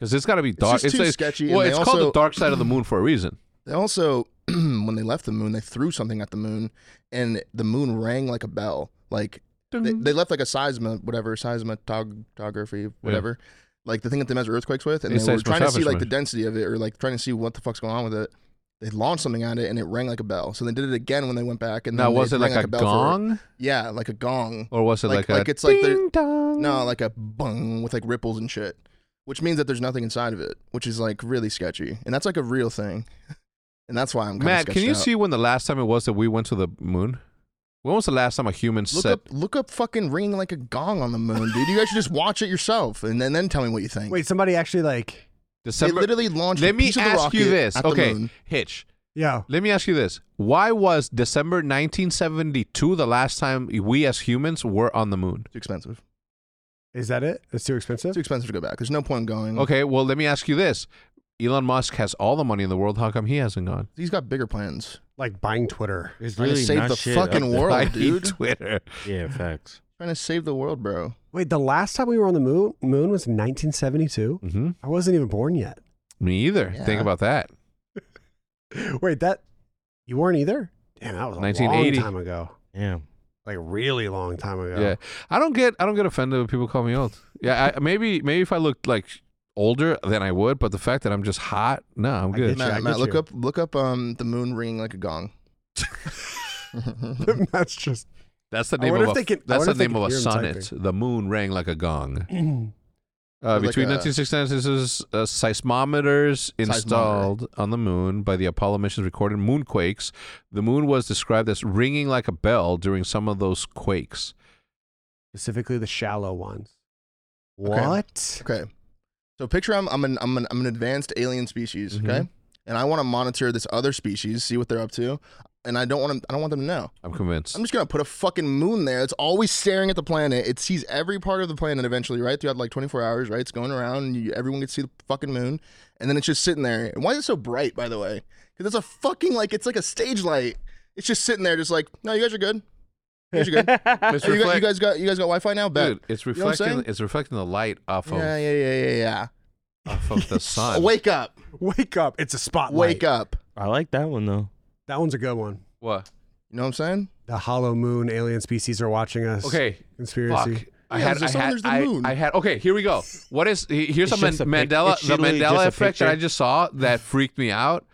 Speaker 1: Because it's got to be
Speaker 3: It's
Speaker 1: dark.
Speaker 3: just too
Speaker 1: like-
Speaker 3: sketchy.
Speaker 1: Well,
Speaker 3: and
Speaker 1: it's
Speaker 3: they
Speaker 1: called
Speaker 3: also,
Speaker 1: the dark side of the moon for a reason.
Speaker 3: They also, [clears throat] when they left the moon, they threw something at the moon, and the moon rang like a bell. Like [laughs] they,
Speaker 1: Mm-hmm.
Speaker 3: they left like a seisma, whatever seismatography, whatever, like the thing that they measure earthquakes with, and
Speaker 1: Yeah,
Speaker 3: they were trying to see like
Speaker 1: seismography.
Speaker 3: the density of it, or like trying to see what the fuck's going on with it. they launched something on it and it rang like a bell. So they did it again when they went back. And
Speaker 1: Now
Speaker 3: then
Speaker 1: was
Speaker 3: they
Speaker 1: it
Speaker 3: rang
Speaker 1: like, a,
Speaker 3: bell for-
Speaker 1: gong
Speaker 3: yeah, like a gong.
Speaker 1: or was it like,
Speaker 3: Like-
Speaker 1: a
Speaker 3: like it's like they're-
Speaker 1: ding dong?
Speaker 3: No, like a bung with like ripples and shit, which means that there's nothing inside of it, which is like really sketchy. And that's like a real thing. [laughs] And that's why I'm kind
Speaker 1: Matt, can you see when the last time it was that we went to the moon? When was the last time a human
Speaker 3: Look
Speaker 1: said?
Speaker 3: up, look up, fucking ringing like a gong on the moon, dude. You guys should just watch it yourself, and then then tell me what you think.
Speaker 4: Wait, somebody actually like,
Speaker 3: they
Speaker 1: December.
Speaker 3: literally launched. a
Speaker 1: Let me
Speaker 3: piece of the
Speaker 1: ask
Speaker 3: rocket
Speaker 1: you this.
Speaker 3: At the
Speaker 1: Okay,
Speaker 3: moon.
Speaker 1: Hitch.
Speaker 4: yo,
Speaker 1: Let me ask you this. Why was December 1972 the last time we as humans were on the moon?
Speaker 3: Too expensive.
Speaker 4: is that it? It's too expensive.
Speaker 3: Too expensive to go back. There's no point in going.
Speaker 1: Okay, well, let me ask you this. Elon Musk has all the money in the world. How come he hasn't gone? [laughs]
Speaker 3: He's got bigger plans.
Speaker 4: Like buying Twitter.
Speaker 2: [laughs] It's
Speaker 3: Trying to save
Speaker 2: not
Speaker 3: the
Speaker 2: shit up
Speaker 3: fucking
Speaker 2: there.
Speaker 3: world,
Speaker 1: I
Speaker 3: dude.
Speaker 1: hate Twitter.
Speaker 2: Yeah, facts.
Speaker 3: Trying to save the world, bro.
Speaker 4: Wait, the last time we were on the moon moon was 1972.
Speaker 1: hmm
Speaker 4: I wasn't even born yet.
Speaker 1: Me either. Think
Speaker 3: Yeah.
Speaker 1: about that.
Speaker 4: Wait, that you weren't either? Damn, that was a
Speaker 1: 1980.
Speaker 4: long time ago.
Speaker 2: Yeah. [laughs]
Speaker 4: Like a really long time ago.
Speaker 1: Yeah. I don't get. I don't get offended when people call me old. Yeah,
Speaker 3: [laughs]
Speaker 1: I, maybe maybe if I looked like older, then I would. But the fact that I'm just hot, no, I'm
Speaker 4: I
Speaker 1: good.
Speaker 4: get- Yeah,
Speaker 3: Matt,
Speaker 4: I
Speaker 3: Matt, look
Speaker 4: you.
Speaker 3: up, look up, um, the moon ringing like a
Speaker 4: [laughs]
Speaker 3: gong.
Speaker 4: [laughs] That's just [clears throat]
Speaker 1: That's the
Speaker 4: I
Speaker 1: name of a,
Speaker 4: wonder if they can- I
Speaker 1: that's
Speaker 4: wonder
Speaker 1: the
Speaker 4: if they
Speaker 1: name
Speaker 4: can
Speaker 1: of a
Speaker 4: hear 'em
Speaker 1: sonnet. The moon rang like a gong. Uh,
Speaker 3: Sounds like
Speaker 1: between
Speaker 3: a-
Speaker 1: 1969 uh, seismometers installed on the moon by the Apollo missions recorded moonquakes. The moon was described as ringing like a bell during some of those quakes.
Speaker 4: specifically the shallow ones.
Speaker 3: Okay.
Speaker 4: What?
Speaker 3: Okay. So picture I'm I'm an I'm an, I'm an advanced alien species, okay?
Speaker 4: Mm-hmm.
Speaker 3: And I want to monitor this other species, see what they're up to, and I don't want to I don't want them to know.
Speaker 1: I'm convinced.
Speaker 3: I'm just gonna put a fucking moon there. It's always staring at the planet. It sees every part of the planet eventually, right? Throughout like 24 hours, right? It's going around, and you, everyone can see the fucking moon, and then it's just sitting there. And why is it so bright, by the way? Because it's a fucking like it's like a stage light. It's just sitting there, just like no, you guys are good. You guys
Speaker 1: [laughs]
Speaker 3: are good.
Speaker 1: It's
Speaker 3: Oh, you, got, you
Speaker 1: reflect-
Speaker 3: guys got you guys got Wi-Fi now, bet.
Speaker 1: Dude, it's
Speaker 3: know what I'm
Speaker 1: reflecting.
Speaker 3: saying?
Speaker 1: it's reflecting the light off of,
Speaker 3: yeah, yeah, yeah, yeah, yeah.
Speaker 1: off of the
Speaker 3: [laughs]
Speaker 1: sun.
Speaker 3: Wake up,
Speaker 4: Wake up. It's a spotlight.
Speaker 3: wake up.
Speaker 2: I like that one though.
Speaker 4: That one's a good one.
Speaker 1: What?
Speaker 3: You know what I'm saying?
Speaker 4: The hollow moon alien species are watching us.
Speaker 1: Okay.
Speaker 4: Conspiracy.
Speaker 1: Fuck. I
Speaker 3: Yeah,
Speaker 1: had,
Speaker 3: there's the
Speaker 1: I,
Speaker 3: sun,
Speaker 1: had
Speaker 3: there's the
Speaker 1: I,
Speaker 3: moon.
Speaker 1: I had okay here we go what is he- here's a,
Speaker 2: It's
Speaker 1: Man-
Speaker 2: just a pic-
Speaker 1: mandela
Speaker 2: it's
Speaker 1: the
Speaker 2: literally just
Speaker 1: mandela
Speaker 2: a
Speaker 1: effect that i
Speaker 2: picture.
Speaker 1: just saw that freaked me out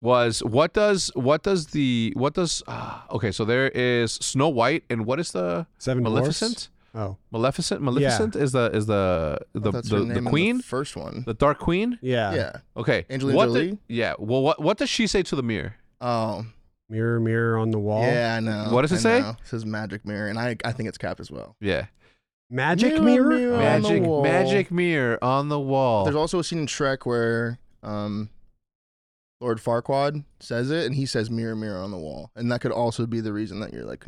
Speaker 1: was what does what does the what does ah, okay so there is snow white and what is the
Speaker 4: Seven dwarfs?
Speaker 1: maleficent
Speaker 4: Oh.
Speaker 1: maleficent maleficent is the is the the
Speaker 3: That's
Speaker 1: the,
Speaker 3: her
Speaker 1: the
Speaker 3: name in
Speaker 1: queen
Speaker 3: The first one.
Speaker 1: the dark queen
Speaker 4: Yeah.
Speaker 3: yeah.
Speaker 1: okay
Speaker 3: Angelina
Speaker 1: what the-
Speaker 3: Jolie?
Speaker 1: yeah well what what does she say to the mirror
Speaker 3: Oh.
Speaker 4: Mirror, mirror on the wall.
Speaker 3: Yeah, I know.
Speaker 1: What does it
Speaker 3: I
Speaker 1: say?
Speaker 3: know. It says magic mirror, and I I think it's capped as well.
Speaker 1: yeah
Speaker 4: Magic mirror.
Speaker 3: Mirror,
Speaker 1: Oh.
Speaker 3: mirror. On the
Speaker 1: magic
Speaker 3: wall.
Speaker 1: magic mirror on the wall
Speaker 3: There's also a scene in Shrek where um, Lord Farquaad says it, and he says mirror, mirror on the wall, and that could also be the reason that you're like.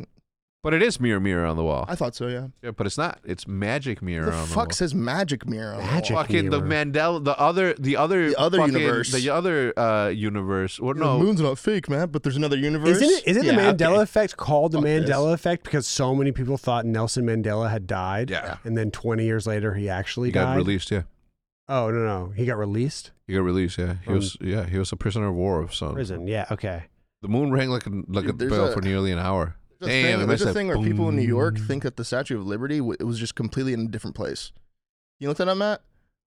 Speaker 1: but it is mirror mirror on the wall
Speaker 3: I thought so, yeah.
Speaker 1: yeah, but it's not it's magic mirror
Speaker 3: The
Speaker 1: on the wall
Speaker 3: fuck says magic mirror? on the
Speaker 4: Magic.
Speaker 3: wall?
Speaker 1: fucking the
Speaker 4: Mirror.
Speaker 1: Mandela, the other, the other,
Speaker 3: The other
Speaker 1: fucking-
Speaker 3: universe.
Speaker 1: the other uh, universe. Or
Speaker 3: The
Speaker 1: no,
Speaker 3: moon's not fake, man, but there's another universe.
Speaker 4: Isn't it? Isn't the
Speaker 3: Yeah,
Speaker 4: Mandela
Speaker 3: okay.
Speaker 4: effect called the
Speaker 3: Fuck this.
Speaker 4: Mandela effect because so many people thought Nelson Mandela had died?
Speaker 1: Yeah.
Speaker 4: And then 20 years later, he actually
Speaker 1: he
Speaker 4: died.
Speaker 1: got released. Yeah,
Speaker 4: Oh no, no, he got released.
Speaker 1: he got released. Yeah, he
Speaker 4: From-
Speaker 1: was. Yeah, he was a prisoner of war of
Speaker 3: Oh.
Speaker 1: some.
Speaker 4: Prison. Yeah. Okay.
Speaker 1: The moon rang like a like a
Speaker 3: Dude, there's
Speaker 1: bell
Speaker 3: a-
Speaker 1: for nearly an hour.
Speaker 3: There's a
Speaker 1: Damn, it must
Speaker 3: thing, there's a
Speaker 1: have
Speaker 3: thing where people in New York
Speaker 1: boom.
Speaker 3: think that the Statue of Liberty w- it was just completely in a different place. You look that up, Matt?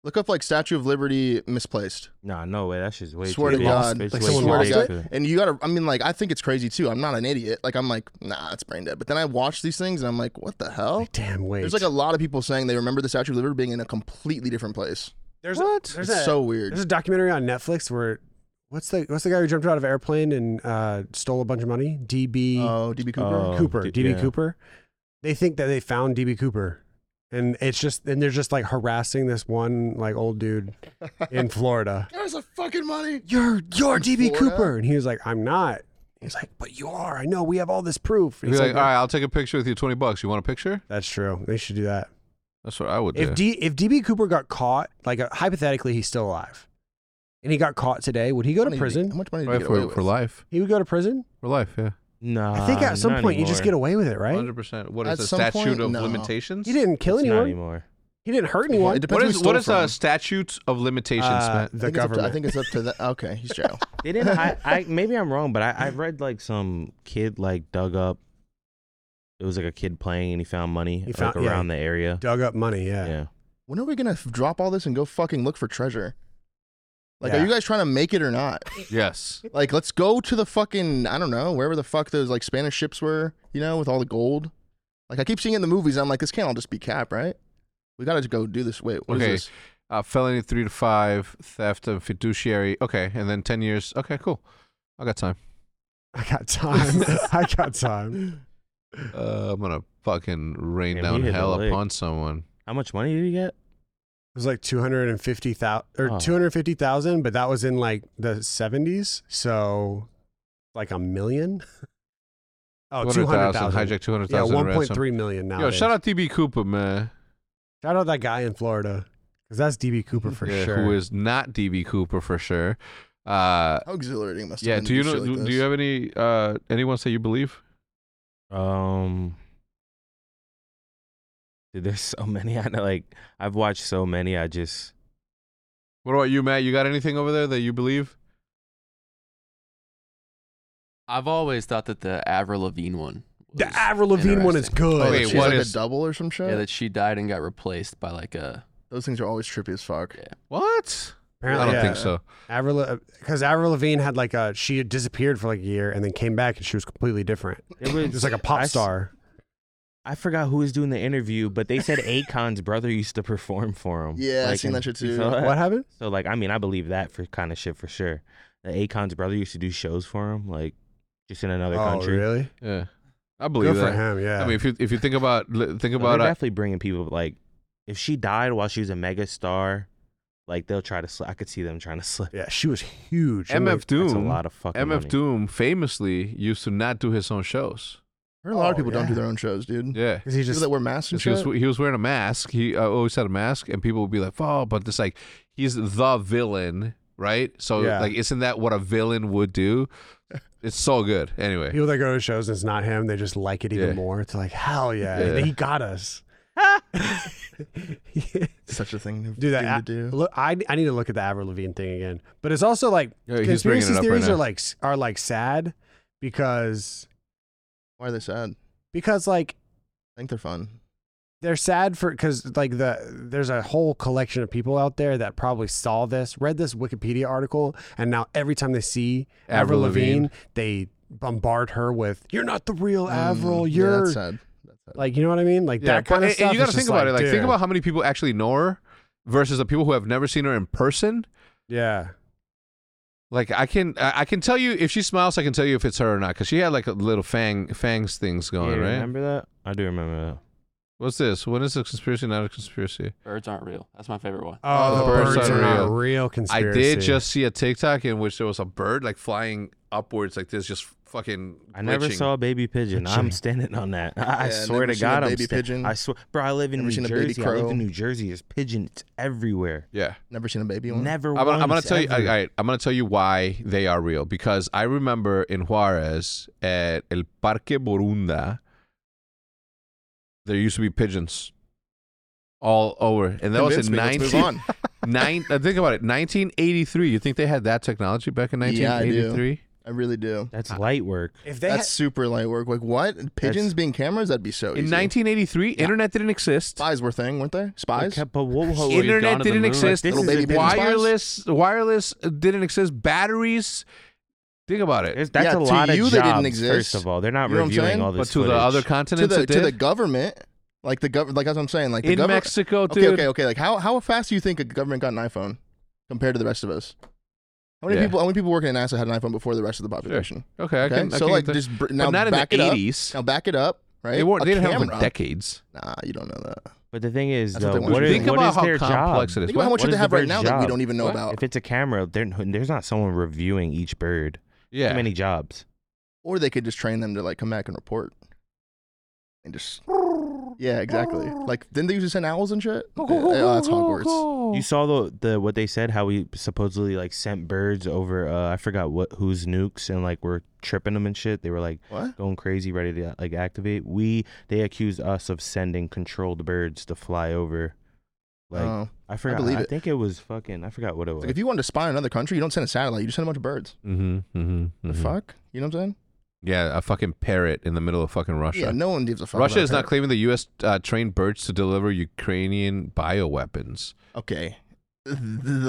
Speaker 3: Look up like Statue of Liberty misplaced.
Speaker 2: Nah, no way. That shit's way
Speaker 3: Swear
Speaker 2: too
Speaker 3: to
Speaker 2: big.
Speaker 3: God.
Speaker 2: It's
Speaker 4: Like
Speaker 2: way
Speaker 4: someone
Speaker 2: too
Speaker 4: lost
Speaker 2: big
Speaker 4: it?
Speaker 2: for that.
Speaker 3: And you gotta, I mean, like, I think it's crazy too. I'm not an idiot. Like, I'm like, nah, it's brain dead. But then I watch these things and I'm like, what the hell?
Speaker 4: Like, damn. Wait.
Speaker 3: There's like a lot of people saying they remember the Statue of Liberty being in a completely different place.
Speaker 4: There's
Speaker 1: What?
Speaker 4: A, there's
Speaker 3: it's
Speaker 4: a,
Speaker 3: so weird.
Speaker 4: There's a documentary on Netflix where. What's the what's the guy who jumped out of an airplane and uh, stole a bunch of money? DB
Speaker 3: Oh, DB Cooper?
Speaker 2: Oh.
Speaker 4: Cooper,
Speaker 2: D-
Speaker 4: DB
Speaker 2: yeah.
Speaker 4: Cooper. They think that they found DB Cooper, and it's just and they're just like harassing this one like old dude in Florida.
Speaker 3: There's a fucking money.
Speaker 4: You're you're DB
Speaker 3: Florida?
Speaker 4: Cooper, and he was like, I'm not. He's like, but you are. I know. We have all this proof.
Speaker 1: He'd
Speaker 4: He's
Speaker 1: be like, all right, I'll take a picture with you. Twenty bucks. You want a picture?
Speaker 4: That's true. They should do that.
Speaker 1: That's what I would do.
Speaker 4: If D if DB Cooper got caught, like uh, hypothetically, he's still alive, and he got caught today, would he go to
Speaker 3: How
Speaker 4: prison?
Speaker 3: much money did
Speaker 1: Right,
Speaker 3: you get away
Speaker 1: for
Speaker 3: with?
Speaker 1: for life,
Speaker 4: He would go to prison.
Speaker 1: for life. Yeah,
Speaker 2: Nah.
Speaker 4: I think at some
Speaker 2: Uh, not
Speaker 4: point you just get
Speaker 2: anymore.
Speaker 4: away with it, right?
Speaker 1: hundred percent. What
Speaker 3: At
Speaker 1: is a
Speaker 3: some
Speaker 1: statute
Speaker 3: point,
Speaker 1: of
Speaker 3: no.
Speaker 1: limitations?
Speaker 4: He didn't kill
Speaker 2: It's not
Speaker 4: anyone.
Speaker 2: anymore.
Speaker 4: He didn't hurt
Speaker 3: Well,
Speaker 4: anyone.
Speaker 3: it depends
Speaker 1: What
Speaker 3: who
Speaker 1: is
Speaker 3: he
Speaker 1: what
Speaker 3: stole
Speaker 1: is uh, a
Speaker 3: from.
Speaker 1: statute of limitations,
Speaker 4: Uh,
Speaker 1: man?
Speaker 3: I
Speaker 4: the
Speaker 3: think it's up to-
Speaker 4: government.
Speaker 3: I think it's up to that. Okay, he's jail.
Speaker 2: They didn't. I, I maybe I'm wrong, but I, I read like some kid like dug up. It was like a kid playing, and he found money
Speaker 4: He
Speaker 2: like,
Speaker 4: found- yeah.
Speaker 2: around the area.
Speaker 4: dug up money.
Speaker 2: Yeah.
Speaker 4: Yeah.
Speaker 3: When are we gonna f- drop all this and go fucking look for treasure? Like,
Speaker 4: Yeah.
Speaker 3: are you guys trying to make it or not?
Speaker 1: Yes.
Speaker 3: Like, let's go to the fucking I don't know wherever the fuck those like Spanish ships were. You know, with all the gold. Like I keep seeing it in the movies, and I'm like, this can't all just be cap, right? We gotta go do this. Wait, what is
Speaker 1: Okay.
Speaker 3: this?
Speaker 1: Uh, felony three to five, theft of fiduciary. Okay, and then ten years. Okay, cool. I got time.
Speaker 4: [laughs] I
Speaker 2: [laughs]
Speaker 4: got time. I got time.
Speaker 1: Uh, I'm gonna fucking rain
Speaker 2: Yeah, we
Speaker 1: down
Speaker 2: hit the
Speaker 1: hell
Speaker 2: lick.
Speaker 1: upon someone.
Speaker 2: How much money did he get?
Speaker 4: It was like 250,000 or
Speaker 2: Oh.
Speaker 4: 250,000, but that was in like the 70s. So like a million. [laughs] Oh,
Speaker 1: 200,000
Speaker 4: 200,000.
Speaker 1: hijack. Two hundred
Speaker 4: Yeah,
Speaker 1: thousand.
Speaker 4: 1.3 million now.
Speaker 1: Yo, shout out DB Cooper, man.
Speaker 4: Shout out that guy in Florida because that's DB Cooper for
Speaker 1: Yeah,
Speaker 4: sure.
Speaker 1: Who is not DB Cooper for sure? Uh,
Speaker 3: How exhilarating must. have
Speaker 1: yeah.
Speaker 3: been
Speaker 1: Do you
Speaker 3: to
Speaker 1: know?
Speaker 3: do shit like
Speaker 1: do you
Speaker 3: this.
Speaker 1: have any uh anyone's that you believe?
Speaker 2: Um, dude, there's so many. [laughs] I know, like I've watched so many. I just
Speaker 1: What about you, Matt? You got anything over there that you believe?
Speaker 5: I've always thought that the Avril Lavigne one.
Speaker 4: the
Speaker 5: was
Speaker 4: Avril Lavigne one is
Speaker 5: interesting.
Speaker 4: good.
Speaker 3: Oh,
Speaker 1: Wait,
Speaker 3: that she's
Speaker 1: what
Speaker 3: like
Speaker 1: is-
Speaker 3: a double or some shit?
Speaker 5: Yeah, that she died and got replaced by like a.
Speaker 3: Those things are always trippy as fuck.
Speaker 5: Yeah.
Speaker 1: What? I
Speaker 4: Apparently,
Speaker 1: don't
Speaker 4: yeah.
Speaker 1: think so.
Speaker 4: Avril, because Avril Lavigne had like a she had disappeared for like a year and then came back and she was completely different.
Speaker 2: it
Speaker 4: It was like a pop
Speaker 2: I s-
Speaker 4: star.
Speaker 2: I forgot who was doing the interview, but they
Speaker 4: [laughs]
Speaker 2: said Akon's brother used to perform for him.
Speaker 3: Yeah, I
Speaker 2: Like,
Speaker 3: seen that
Speaker 2: and-
Speaker 3: shit
Speaker 2: you
Speaker 3: too.
Speaker 2: feel that?
Speaker 4: What happened?
Speaker 2: So like, I mean, I believe that for kind of shit for sure. That Akon's brother used to do shows for him, like just in another
Speaker 4: oh,
Speaker 2: country.
Speaker 4: really?
Speaker 1: Yeah, I
Speaker 4: Good
Speaker 1: believe
Speaker 4: for
Speaker 1: that.
Speaker 4: him. Yeah.
Speaker 1: I mean, if you if you think about li- think
Speaker 2: So
Speaker 1: about
Speaker 2: they're
Speaker 1: uh,
Speaker 2: definitely bringing people like, if she died while she was a mega star, like they'll try to. Slip. I could see them trying to [laughs] slip.
Speaker 4: yeah, she was huge. She
Speaker 1: MF
Speaker 4: was-
Speaker 1: Doom.
Speaker 2: That's a lot of fucking
Speaker 1: MF
Speaker 2: money.
Speaker 1: Doom famously used to not do his own shows.
Speaker 3: I heard a lot of
Speaker 4: Oh,
Speaker 3: people don't
Speaker 4: yeah.
Speaker 3: do their own shows, dude.
Speaker 1: Yeah.
Speaker 4: Because he
Speaker 3: People
Speaker 4: just
Speaker 3: that wear masks and
Speaker 1: He
Speaker 3: shit.
Speaker 1: was, he was wearing a mask. He uh, always had a mask, and people would be like, "Oh, but it's like he's the villain, right?" So,
Speaker 4: Yeah.
Speaker 1: like, isn't that what a villain would
Speaker 4: [laughs]
Speaker 1: do? It's so good. Anyway,
Speaker 4: people that go to shows and it's not him, they just like it even
Speaker 1: Yeah.
Speaker 4: more. It's like hell yeah,
Speaker 1: Yeah.
Speaker 4: he
Speaker 1: [laughs]
Speaker 4: got us.
Speaker 3: Such a thing to
Speaker 4: Do that.
Speaker 3: To do.
Speaker 4: Look, I I need to look at the Avril Lavigne thing again. But it's also like
Speaker 1: Yeah, he's bringing
Speaker 4: conspiracy
Speaker 1: it up right
Speaker 4: theories
Speaker 1: now.
Speaker 4: are like s- are like sad because
Speaker 3: Why are they sad? I
Speaker 4: because like
Speaker 3: think they're fun.
Speaker 4: they're sad for because like the there's a whole collection of people out there that probably saw this, read this Wikipedia article, and now every time they see Avril,
Speaker 1: Avril
Speaker 4: Lavigne,
Speaker 1: Lavigne.
Speaker 4: they bombard her with "You're not the real Oh, Avril,
Speaker 3: Mm, yeah,
Speaker 4: you're."
Speaker 3: that's sad. That's sad.
Speaker 4: like you know what I mean, like
Speaker 1: Yeah,
Speaker 4: that kind
Speaker 1: but-
Speaker 4: of
Speaker 1: and-
Speaker 4: stuff.
Speaker 1: And you got
Speaker 4: it's
Speaker 1: to
Speaker 4: just
Speaker 1: think about it. Like,
Speaker 4: dude,
Speaker 1: think about how many people actually know her versus the people who have never seen her in person.
Speaker 4: yeah,
Speaker 1: Like, I can I I can tell you if she smiles, I can tell you if it's her or not, because she had like a little fang fangs things
Speaker 2: Yeah,
Speaker 1: going, right?
Speaker 2: Remember that? I do remember that.
Speaker 1: What's this? When is a conspiracy not a conspiracy?
Speaker 5: Birds aren't real. That's my favorite one.
Speaker 4: oh, the birds, are
Speaker 1: real.
Speaker 4: a real conspiracy.
Speaker 1: I did just see a TikTok in which there was a bird like flying upwards like this, just fucking.
Speaker 2: I never
Speaker 1: glitching.
Speaker 2: saw a baby pigeon.
Speaker 4: Glitching.
Speaker 2: I'm standing on that. [laughs] I, I
Speaker 3: Yeah,
Speaker 2: swear
Speaker 3: never
Speaker 2: to
Speaker 3: seen
Speaker 2: God,
Speaker 3: a
Speaker 2: I'm
Speaker 3: baby
Speaker 2: sta-
Speaker 3: pigeon.
Speaker 2: I swear, bro. I live in
Speaker 3: Never
Speaker 2: New
Speaker 3: seen a baby
Speaker 2: Jersey. I live
Speaker 3: crow.
Speaker 2: in New Jersey. There's pigeons everywhere.
Speaker 1: Yeah,
Speaker 3: Never seen a baby one.
Speaker 2: Never.
Speaker 1: I'm gonna, I'm gonna
Speaker 2: once,
Speaker 1: tell you. All
Speaker 2: ever.
Speaker 1: right, I'm gonna tell you why they are real because I remember in Juarez at El Parque Borunda, there used to be pigeons all over, and that was
Speaker 3: Convince
Speaker 1: in
Speaker 3: me, let's
Speaker 1: 19.
Speaker 3: move on.
Speaker 1: [laughs]
Speaker 3: [laughs]
Speaker 1: nine, uh, think about it, 1983. You think they had that technology back in
Speaker 3: Yeah, I do.
Speaker 1: 1983?
Speaker 3: I really do.
Speaker 2: That's light work.
Speaker 4: If they
Speaker 3: That's
Speaker 4: had-
Speaker 3: super light work. Like what? Pigeons
Speaker 2: That's-
Speaker 3: being cameras? That'd be so Oh, easy.
Speaker 1: in 1983, internet didn't exist.
Speaker 3: spies were a thing, weren't they? Spies.
Speaker 2: Okay, but whoa, whoa, whoa.
Speaker 5: It- you've gone
Speaker 1: internet
Speaker 5: to the
Speaker 1: didn't
Speaker 5: moon, like,
Speaker 1: exist.
Speaker 2: this
Speaker 3: Little
Speaker 2: is
Speaker 3: baby
Speaker 2: a-
Speaker 3: pigeon spies?
Speaker 1: wireless wireless didn't exist batteries think about it
Speaker 2: There's- That's
Speaker 3: Yeah,
Speaker 2: a
Speaker 3: to
Speaker 2: lot
Speaker 3: you,
Speaker 2: of
Speaker 3: they didn't
Speaker 2: jobs.
Speaker 3: exist.
Speaker 2: First of all, they're not
Speaker 3: You know what I'm
Speaker 2: reviewing
Speaker 3: saying?
Speaker 2: all
Speaker 1: but
Speaker 2: this
Speaker 1: to the other
Speaker 2: footage.
Speaker 1: continents
Speaker 3: to the
Speaker 1: it
Speaker 3: to the
Speaker 1: did.
Speaker 3: government. Like the gov. Like that's what I'm saying. Like the
Speaker 1: in
Speaker 3: government.
Speaker 1: mexico
Speaker 3: okay,
Speaker 1: Oh, dude
Speaker 3: okay, okay. Like how how fast do you think a government got an iPhone compared to the rest of us? How many
Speaker 1: Yeah.
Speaker 3: people? How many people working in NASA had an iPhone before the rest of the population?
Speaker 1: okay I
Speaker 3: Okay,
Speaker 1: can, I
Speaker 3: so
Speaker 1: can get
Speaker 3: like
Speaker 1: that.
Speaker 3: just br-
Speaker 1: But
Speaker 3: now
Speaker 1: not in
Speaker 3: back
Speaker 1: the
Speaker 3: it
Speaker 1: 80s
Speaker 3: up. Now back it up, right?
Speaker 1: they weren't
Speaker 3: A
Speaker 1: they didn't have them for
Speaker 3: camera.
Speaker 1: decades
Speaker 3: Nah, you don't know that.
Speaker 2: But the thing is,
Speaker 3: That's what
Speaker 2: though,
Speaker 3: they want
Speaker 2: what
Speaker 3: you to
Speaker 2: is,
Speaker 1: think
Speaker 2: what
Speaker 1: about
Speaker 2: is
Speaker 1: how
Speaker 2: their
Speaker 1: complex
Speaker 2: job?
Speaker 1: it is
Speaker 3: Think about how much
Speaker 2: What
Speaker 3: shit they
Speaker 2: is
Speaker 3: have
Speaker 2: the
Speaker 3: right
Speaker 2: bird's
Speaker 3: now that we
Speaker 2: job?
Speaker 3: don't even know about,
Speaker 2: If it's a camera, there- there's not someone reviewing each bird.
Speaker 1: yeah
Speaker 2: Too many jobs.
Speaker 3: or they could just train them to like come back and report, and just yeah, exactly. Like didn't they used to send owls and
Speaker 1: [laughs]
Speaker 3: shit? Uh, uh, that's Hogwarts.
Speaker 2: You saw the the what they said how we supposedly like sent birds over uh, I forgot what whose nukes and like we're tripping them and shit. They were like
Speaker 3: What?
Speaker 2: going crazy, ready to like activate. We they accused us of sending controlled birds to fly over. Like
Speaker 3: Oh.
Speaker 2: I forgot. I,
Speaker 3: believe it.
Speaker 2: think it was fucking. I forgot what it was.
Speaker 3: Like if you wanted to spy on another country, you don't send a satellite. You just send a bunch of birds.
Speaker 1: mm-hmm, mm-hmm,
Speaker 3: The fuck? You know what I'm saying?
Speaker 1: yeah a fucking parrot in the middle of fucking russia
Speaker 3: Yeah, no one gives a fuck.
Speaker 1: Russia
Speaker 3: about
Speaker 1: is not
Speaker 3: that.
Speaker 1: claiming the U.S. Uh, trained birds to deliver Ukrainian bioweapons.
Speaker 3: Okay. the- the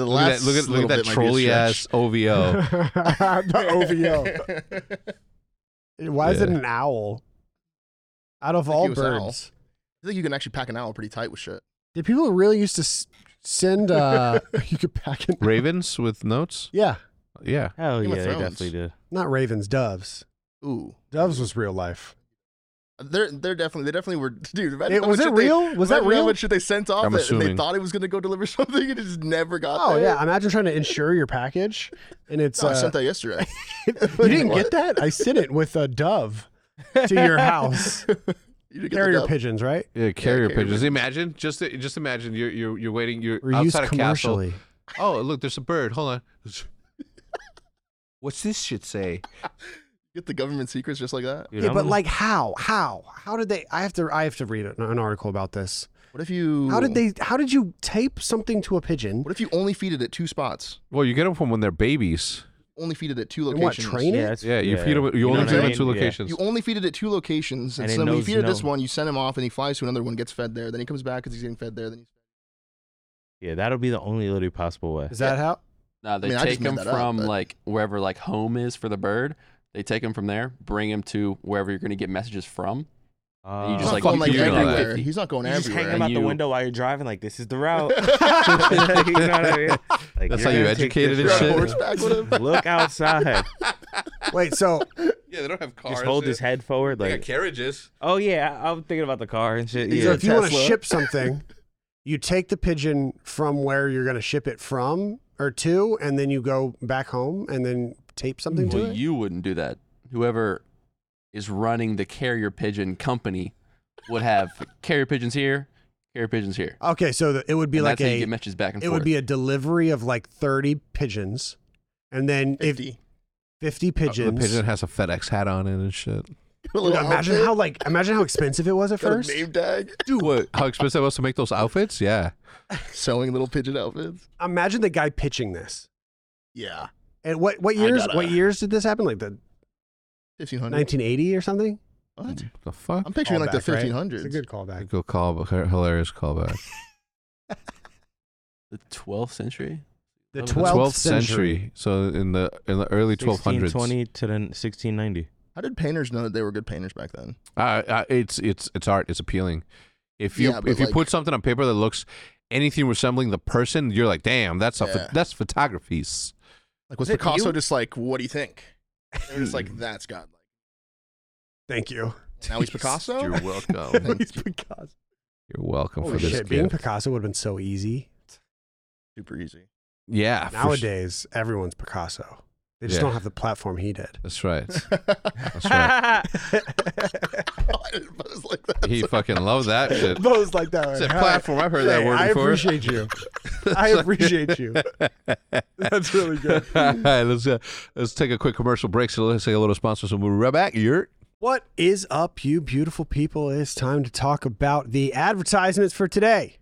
Speaker 1: Look at that,
Speaker 3: last
Speaker 1: look at, look at
Speaker 3: little
Speaker 1: that
Speaker 3: bit might be
Speaker 1: trolley
Speaker 3: a [laughs]
Speaker 1: ass OVO.
Speaker 4: [laughs] the OVO.
Speaker 3: stretch.
Speaker 4: Why is it
Speaker 1: Yeah.
Speaker 4: an owl? Out of
Speaker 3: think
Speaker 4: all
Speaker 3: it was owl.
Speaker 4: birds,
Speaker 3: I think you can actually pack an owl pretty tight with shit.
Speaker 4: did people really used to s-
Speaker 1: [laughs]
Speaker 4: send? uh You could pack in.
Speaker 1: Ravens with notes.
Speaker 4: Yeah,
Speaker 1: Yeah.
Speaker 2: Hell
Speaker 3: Game of
Speaker 2: yeah, they
Speaker 3: Thrones.
Speaker 2: definitely do.
Speaker 4: not ravens, doves.
Speaker 3: Ooh,
Speaker 4: Doves was real life.
Speaker 3: they're they're definitely they definitely were, [laughs] dude. imagine
Speaker 4: It,
Speaker 3: how
Speaker 4: was
Speaker 3: much
Speaker 4: it
Speaker 3: shit they-
Speaker 4: real? Was that
Speaker 3: imagine how
Speaker 4: real?
Speaker 3: much shit they sent off
Speaker 1: I'm
Speaker 3: it, and they
Speaker 1: assuming.
Speaker 3: thought it was going to go deliver [laughs] something and it just never got
Speaker 4: Oh
Speaker 3: there. [laughs]
Speaker 4: yeah, imagine trying to insure your package, and it's
Speaker 3: No, I
Speaker 4: uh,
Speaker 3: sent that yesterday.
Speaker 4: [laughs]
Speaker 3: [laughs]
Speaker 1: [laughs]
Speaker 4: you didn't get that. I sent it with a dove to
Speaker 1: [laughs]
Speaker 4: your house.
Speaker 3: You did get the
Speaker 4: Carrier
Speaker 3: dub.
Speaker 4: pigeons, right?
Speaker 1: Yeah, carrier
Speaker 3: carrier
Speaker 1: pigeons. Imagine just just imagine you're you're you're waiting. You're
Speaker 4: Or used
Speaker 1: outside a castle.
Speaker 4: commercially.
Speaker 1: Oh, look, there's a bird. Hold on. [laughs] What's this shit say?
Speaker 3: Get the government secrets just like that.
Speaker 2: Dude,
Speaker 4: yeah,
Speaker 2: I'm
Speaker 4: but
Speaker 2: gonna-
Speaker 4: like how? How? How did they? I have to. I have to read an, an article about this.
Speaker 3: What if you?
Speaker 4: How did they? How did you tape something to a pigeon?
Speaker 3: What if you only feed it at two spots?
Speaker 1: Well, you get them from when they're babies.
Speaker 3: Only feed it at two
Speaker 4: And what,
Speaker 3: locations.
Speaker 4: train it?
Speaker 2: it's-
Speaker 1: Yeah, you feed 'em- You,
Speaker 2: know
Speaker 1: only
Speaker 2: what
Speaker 1: feed
Speaker 2: I
Speaker 1: them
Speaker 2: mean?
Speaker 1: at two
Speaker 2: Yeah.
Speaker 1: locations.
Speaker 3: You only feed it at two locations, and,
Speaker 2: And it
Speaker 3: so when you
Speaker 2: knows
Speaker 3: feed it this
Speaker 2: no.
Speaker 3: one, you send him off, and he flies to another one, gets fed there. Then he comes back because he's getting fed there. Then he's
Speaker 2: Yeah, that'll be the only literally possible way.
Speaker 4: Is that how?
Speaker 5: No, they
Speaker 3: mean, I just
Speaker 5: take
Speaker 3: made
Speaker 5: them
Speaker 3: that up,
Speaker 5: from
Speaker 3: but-
Speaker 5: like wherever like home is for the bird. They take them from there, bring them to wherever you're going to get messages from.
Speaker 2: Uh,
Speaker 5: just
Speaker 3: he's not
Speaker 5: like,
Speaker 3: going
Speaker 5: you
Speaker 3: like
Speaker 5: feed it like
Speaker 3: everywhere.
Speaker 5: 50.
Speaker 3: he's not going
Speaker 2: you just
Speaker 3: everywhere.
Speaker 2: hang them out the
Speaker 5: You-
Speaker 2: window while you're driving. Like this is the
Speaker 3: [laughs]
Speaker 2: route. [laughs] you know what I mean? Like,
Speaker 1: That's
Speaker 2: you're
Speaker 1: how you
Speaker 2: gonna take
Speaker 1: educated
Speaker 2: this
Speaker 1: and
Speaker 2: route.
Speaker 1: shit?
Speaker 2: [laughs]
Speaker 3: horseback with him.
Speaker 2: Look
Speaker 3: [laughs]
Speaker 2: outside.
Speaker 4: Wait, so
Speaker 1: yeah, they don't have cars.
Speaker 2: just hold his head forward. Like,
Speaker 1: carriages.
Speaker 2: oh yeah, I- I'm thinking about the car and shit.
Speaker 3: These
Speaker 2: Yeah.
Speaker 4: So
Speaker 3: a
Speaker 4: if you want to
Speaker 3: Tesla.
Speaker 4: ship something, you take the pigeon from where you're going to ship it from or to, and then you go back home and then tape something to
Speaker 5: Well,
Speaker 4: it.
Speaker 5: you wouldn't do that. Whoever is running the carrier pigeon company would have [laughs] carrier pigeons here, carrier pigeons here.
Speaker 4: okay, so the, it would be
Speaker 5: And
Speaker 4: like
Speaker 5: that's how you
Speaker 4: a
Speaker 5: get messages back and
Speaker 4: it
Speaker 5: forth.
Speaker 4: would be a delivery of like 30 pigeons, and then 50, if,
Speaker 3: 50.
Speaker 4: 50
Speaker 1: The
Speaker 4: pigeons.
Speaker 1: pigeon has a FedEx hat on it and shit.
Speaker 3: A
Speaker 4: Dude,
Speaker 3: little
Speaker 4: imagine
Speaker 3: outfit,
Speaker 4: how like imagine how expensive it was at
Speaker 3: got a
Speaker 4: first.
Speaker 3: name tag.
Speaker 1: Dude, what? How expensive it was to make those outfits? Yeah.
Speaker 3: Sewing little pigeon outfits.
Speaker 4: Imagine the guy pitching this.
Speaker 3: Yeah,
Speaker 4: And what what
Speaker 3: I
Speaker 4: years
Speaker 3: gotta-
Speaker 4: what years did this happen? Like the
Speaker 3: fifteen hundred.
Speaker 4: 1980 or something?
Speaker 3: What?
Speaker 1: The fuck?
Speaker 3: I'm picturing like the
Speaker 4: Callback, right?
Speaker 3: fifteen hundreds.
Speaker 4: It's a good callback.
Speaker 1: Good call, hilarious callback.
Speaker 5: the 12th century.
Speaker 4: The
Speaker 5: The
Speaker 4: 12th,
Speaker 5: 12th
Speaker 4: century.
Speaker 1: So in the in the early 1200s.
Speaker 2: 1620 to the 1690.
Speaker 3: How did painters know that they were good painters back then?
Speaker 1: Uh, uh, it's it's it's art. It's appealing. If you
Speaker 3: Yeah, but
Speaker 1: if you
Speaker 3: like-
Speaker 1: put something on paper that looks anything resembling the person, you're like, damn, that's a pho-
Speaker 3: Yeah.
Speaker 1: that's photography's.
Speaker 3: Like was
Speaker 4: Is it
Speaker 3: Picasso
Speaker 4: you?
Speaker 3: just like, what do you think? They were just like, that's godlike.
Speaker 4: Thank you.
Speaker 1: [laughs]
Speaker 3: Now he's Picasso. [laughs]
Speaker 1: You're
Speaker 4: [laughs]
Speaker 1: welcome.
Speaker 3: Oh, Thank you.
Speaker 1: you're welcome
Speaker 3: Holy
Speaker 1: for this
Speaker 4: Shit,
Speaker 1: gift.
Speaker 4: being Picasso would have been so easy.
Speaker 3: Super easy.
Speaker 1: yeah. Ah, for sh-
Speaker 4: Nowadays, everyone's Picasso. They just
Speaker 1: Yeah.
Speaker 4: don't have the platform he did.
Speaker 1: that's right.
Speaker 3: [laughs] I
Speaker 1: That's
Speaker 4: [laughs]
Speaker 1: right.
Speaker 2: [laughs]
Speaker 3: didn't buzz like that. [laughs]
Speaker 1: He fucking loved that shit.
Speaker 4: [laughs] Those like that.
Speaker 1: It's a platform. I've heard that word
Speaker 4: I
Speaker 1: before.
Speaker 4: appreciate you. I appreciate you. That's really good.
Speaker 1: [laughs] All right, let's uh, let's take a quick commercial break. So let's take a little sponsor. So we'll be right back. You're
Speaker 4: What is up, you beautiful people? It is time to talk about the advertisements for today.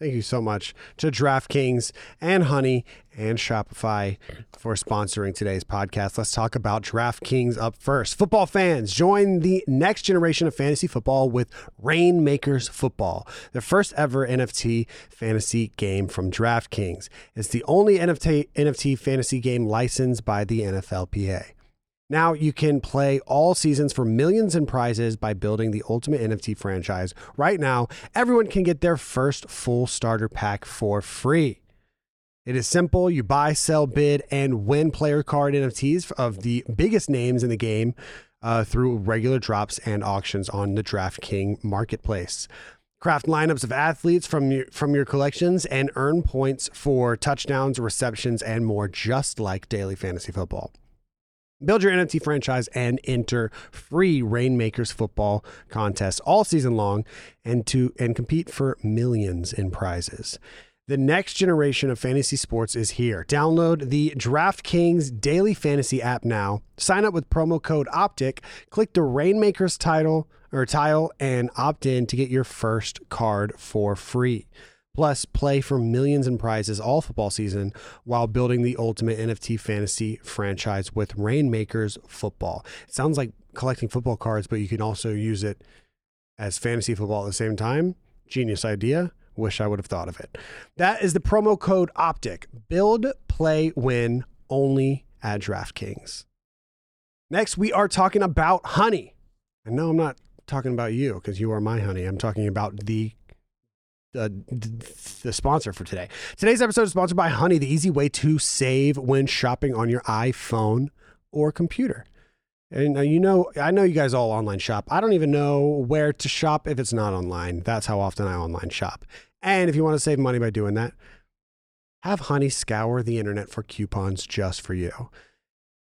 Speaker 4: Thank you so much to DraftKings and Honey and Shopify for sponsoring today's podcast. Let's talk about DraftKings up first. Football fans, join the next generation of fantasy football with Rainmakers Football, the first ever NFT fantasy game from DraftKings. It's the only NFT, NFT fantasy game licensed by the NFLPA. Now you can play all seasons for millions in prizes by building the ultimate NFT franchise. Right now, everyone can get their first full starter pack for free. It is simple. You buy, sell, bid, and win player card NFTs of the biggest names in the game uh, through regular drops and auctions on the DraftKings marketplace. Craft lineups of athletes from your, from your collections and earn points for touchdowns, receptions, and more, just like daily fantasy football. Build your NFT franchise and enter free Rainmakers football contests all season long and to and compete for millions in prizes. The next generation of fantasy sports is here. Download the DraftKings Daily Fantasy app now. Sign up with promo code OPTIC, click the Rainmakers title or tile and opt in to get your first card for free. Plus, play for millions in prizes all football season while building the ultimate NFT fantasy franchise with Rainmakers Football. It sounds like collecting football cards, but you can also use it as fantasy football at the same time. Genius idea. Wish I would have thought of it. That is the promo code OPTIC. Build, play, win only at DraftKings. Next, we are talking about honey. And no, I'm not talking about you because you are my honey. I'm talking about the uh, the sponsor for today. Today's episode is sponsored by Honey, the easy way to save when shopping on your iPhone or computer. And uh, you know, I know you guys all online shop. I don't even know where to shop if it's not online. That's how often I online shop. And if you want to save money by doing that, have Honey scour the internet for coupons just for you.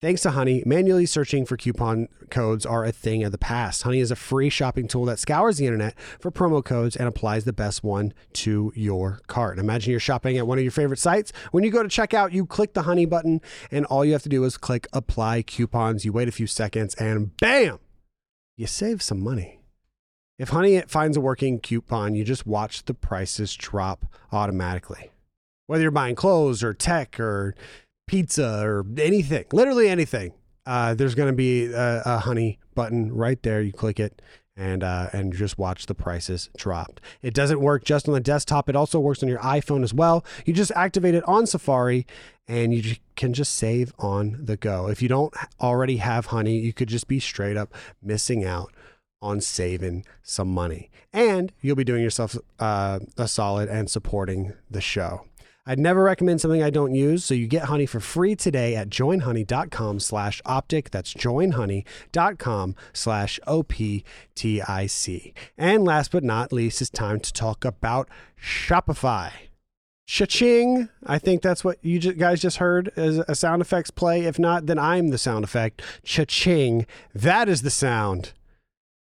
Speaker 4: Thanks to Honey, manually searching for coupon codes are a thing of the past. Honey is a free shopping tool that scours the internet for promo codes and applies the best one to your cart. Imagine you're shopping at one of your favorite sites. When you go to checkout, you click the Honey button, and all you have to do is click Apply Coupons. You wait a few seconds, and bam, you save some money. If Honey finds a working coupon, you just watch the prices drop automatically. Whether you're buying clothes or tech or pizza or anything, literally anything, uh, there's going to be a, a honey button right there. You click it and uh, and just watch the prices drop. It doesn't work just on the desktop. It also works on your iPhone as well. You just activate it on Safari and you j- can just save on the go. If you don't already have honey, you could just be straight up missing out on saving some money. And you'll be doing yourself uh, a solid and supporting the show. I'd never recommend something I don't use, so you get Honey for free today at joinhoney.com slash optic. That's joinhoney.com slash O-P-T-I-C. And last but not least, it's time to talk about Shopify. Cha-ching! I think that's what you ju- guys just heard as a sound effects play. If not, then I'm the sound effect. Cha-ching! That is the sound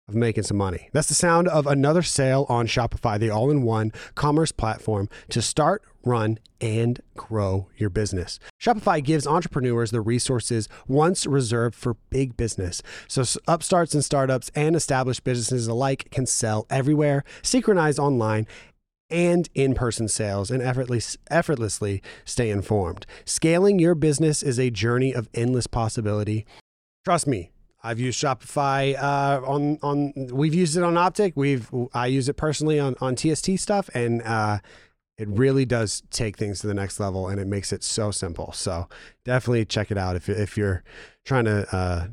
Speaker 4: of making some money. That's the sound of another sale on Shopify, the all in one commerce platform to start, run, and grow your business. Shopify gives entrepreneurs the resources once reserved for big business. So s- upstarts and startups and established businesses alike can sell everywhere, synchronize online, and in-person sales and effortless, effortlessly stay informed. Scaling your business is a journey of endless possibility. Trust me, I've used Shopify uh, on on. We've used it on Optic. We've I use it personally on on TST stuff, and uh, it really does take things to the next level, and it makes it so simple. So definitely check it out if if you're trying to uh,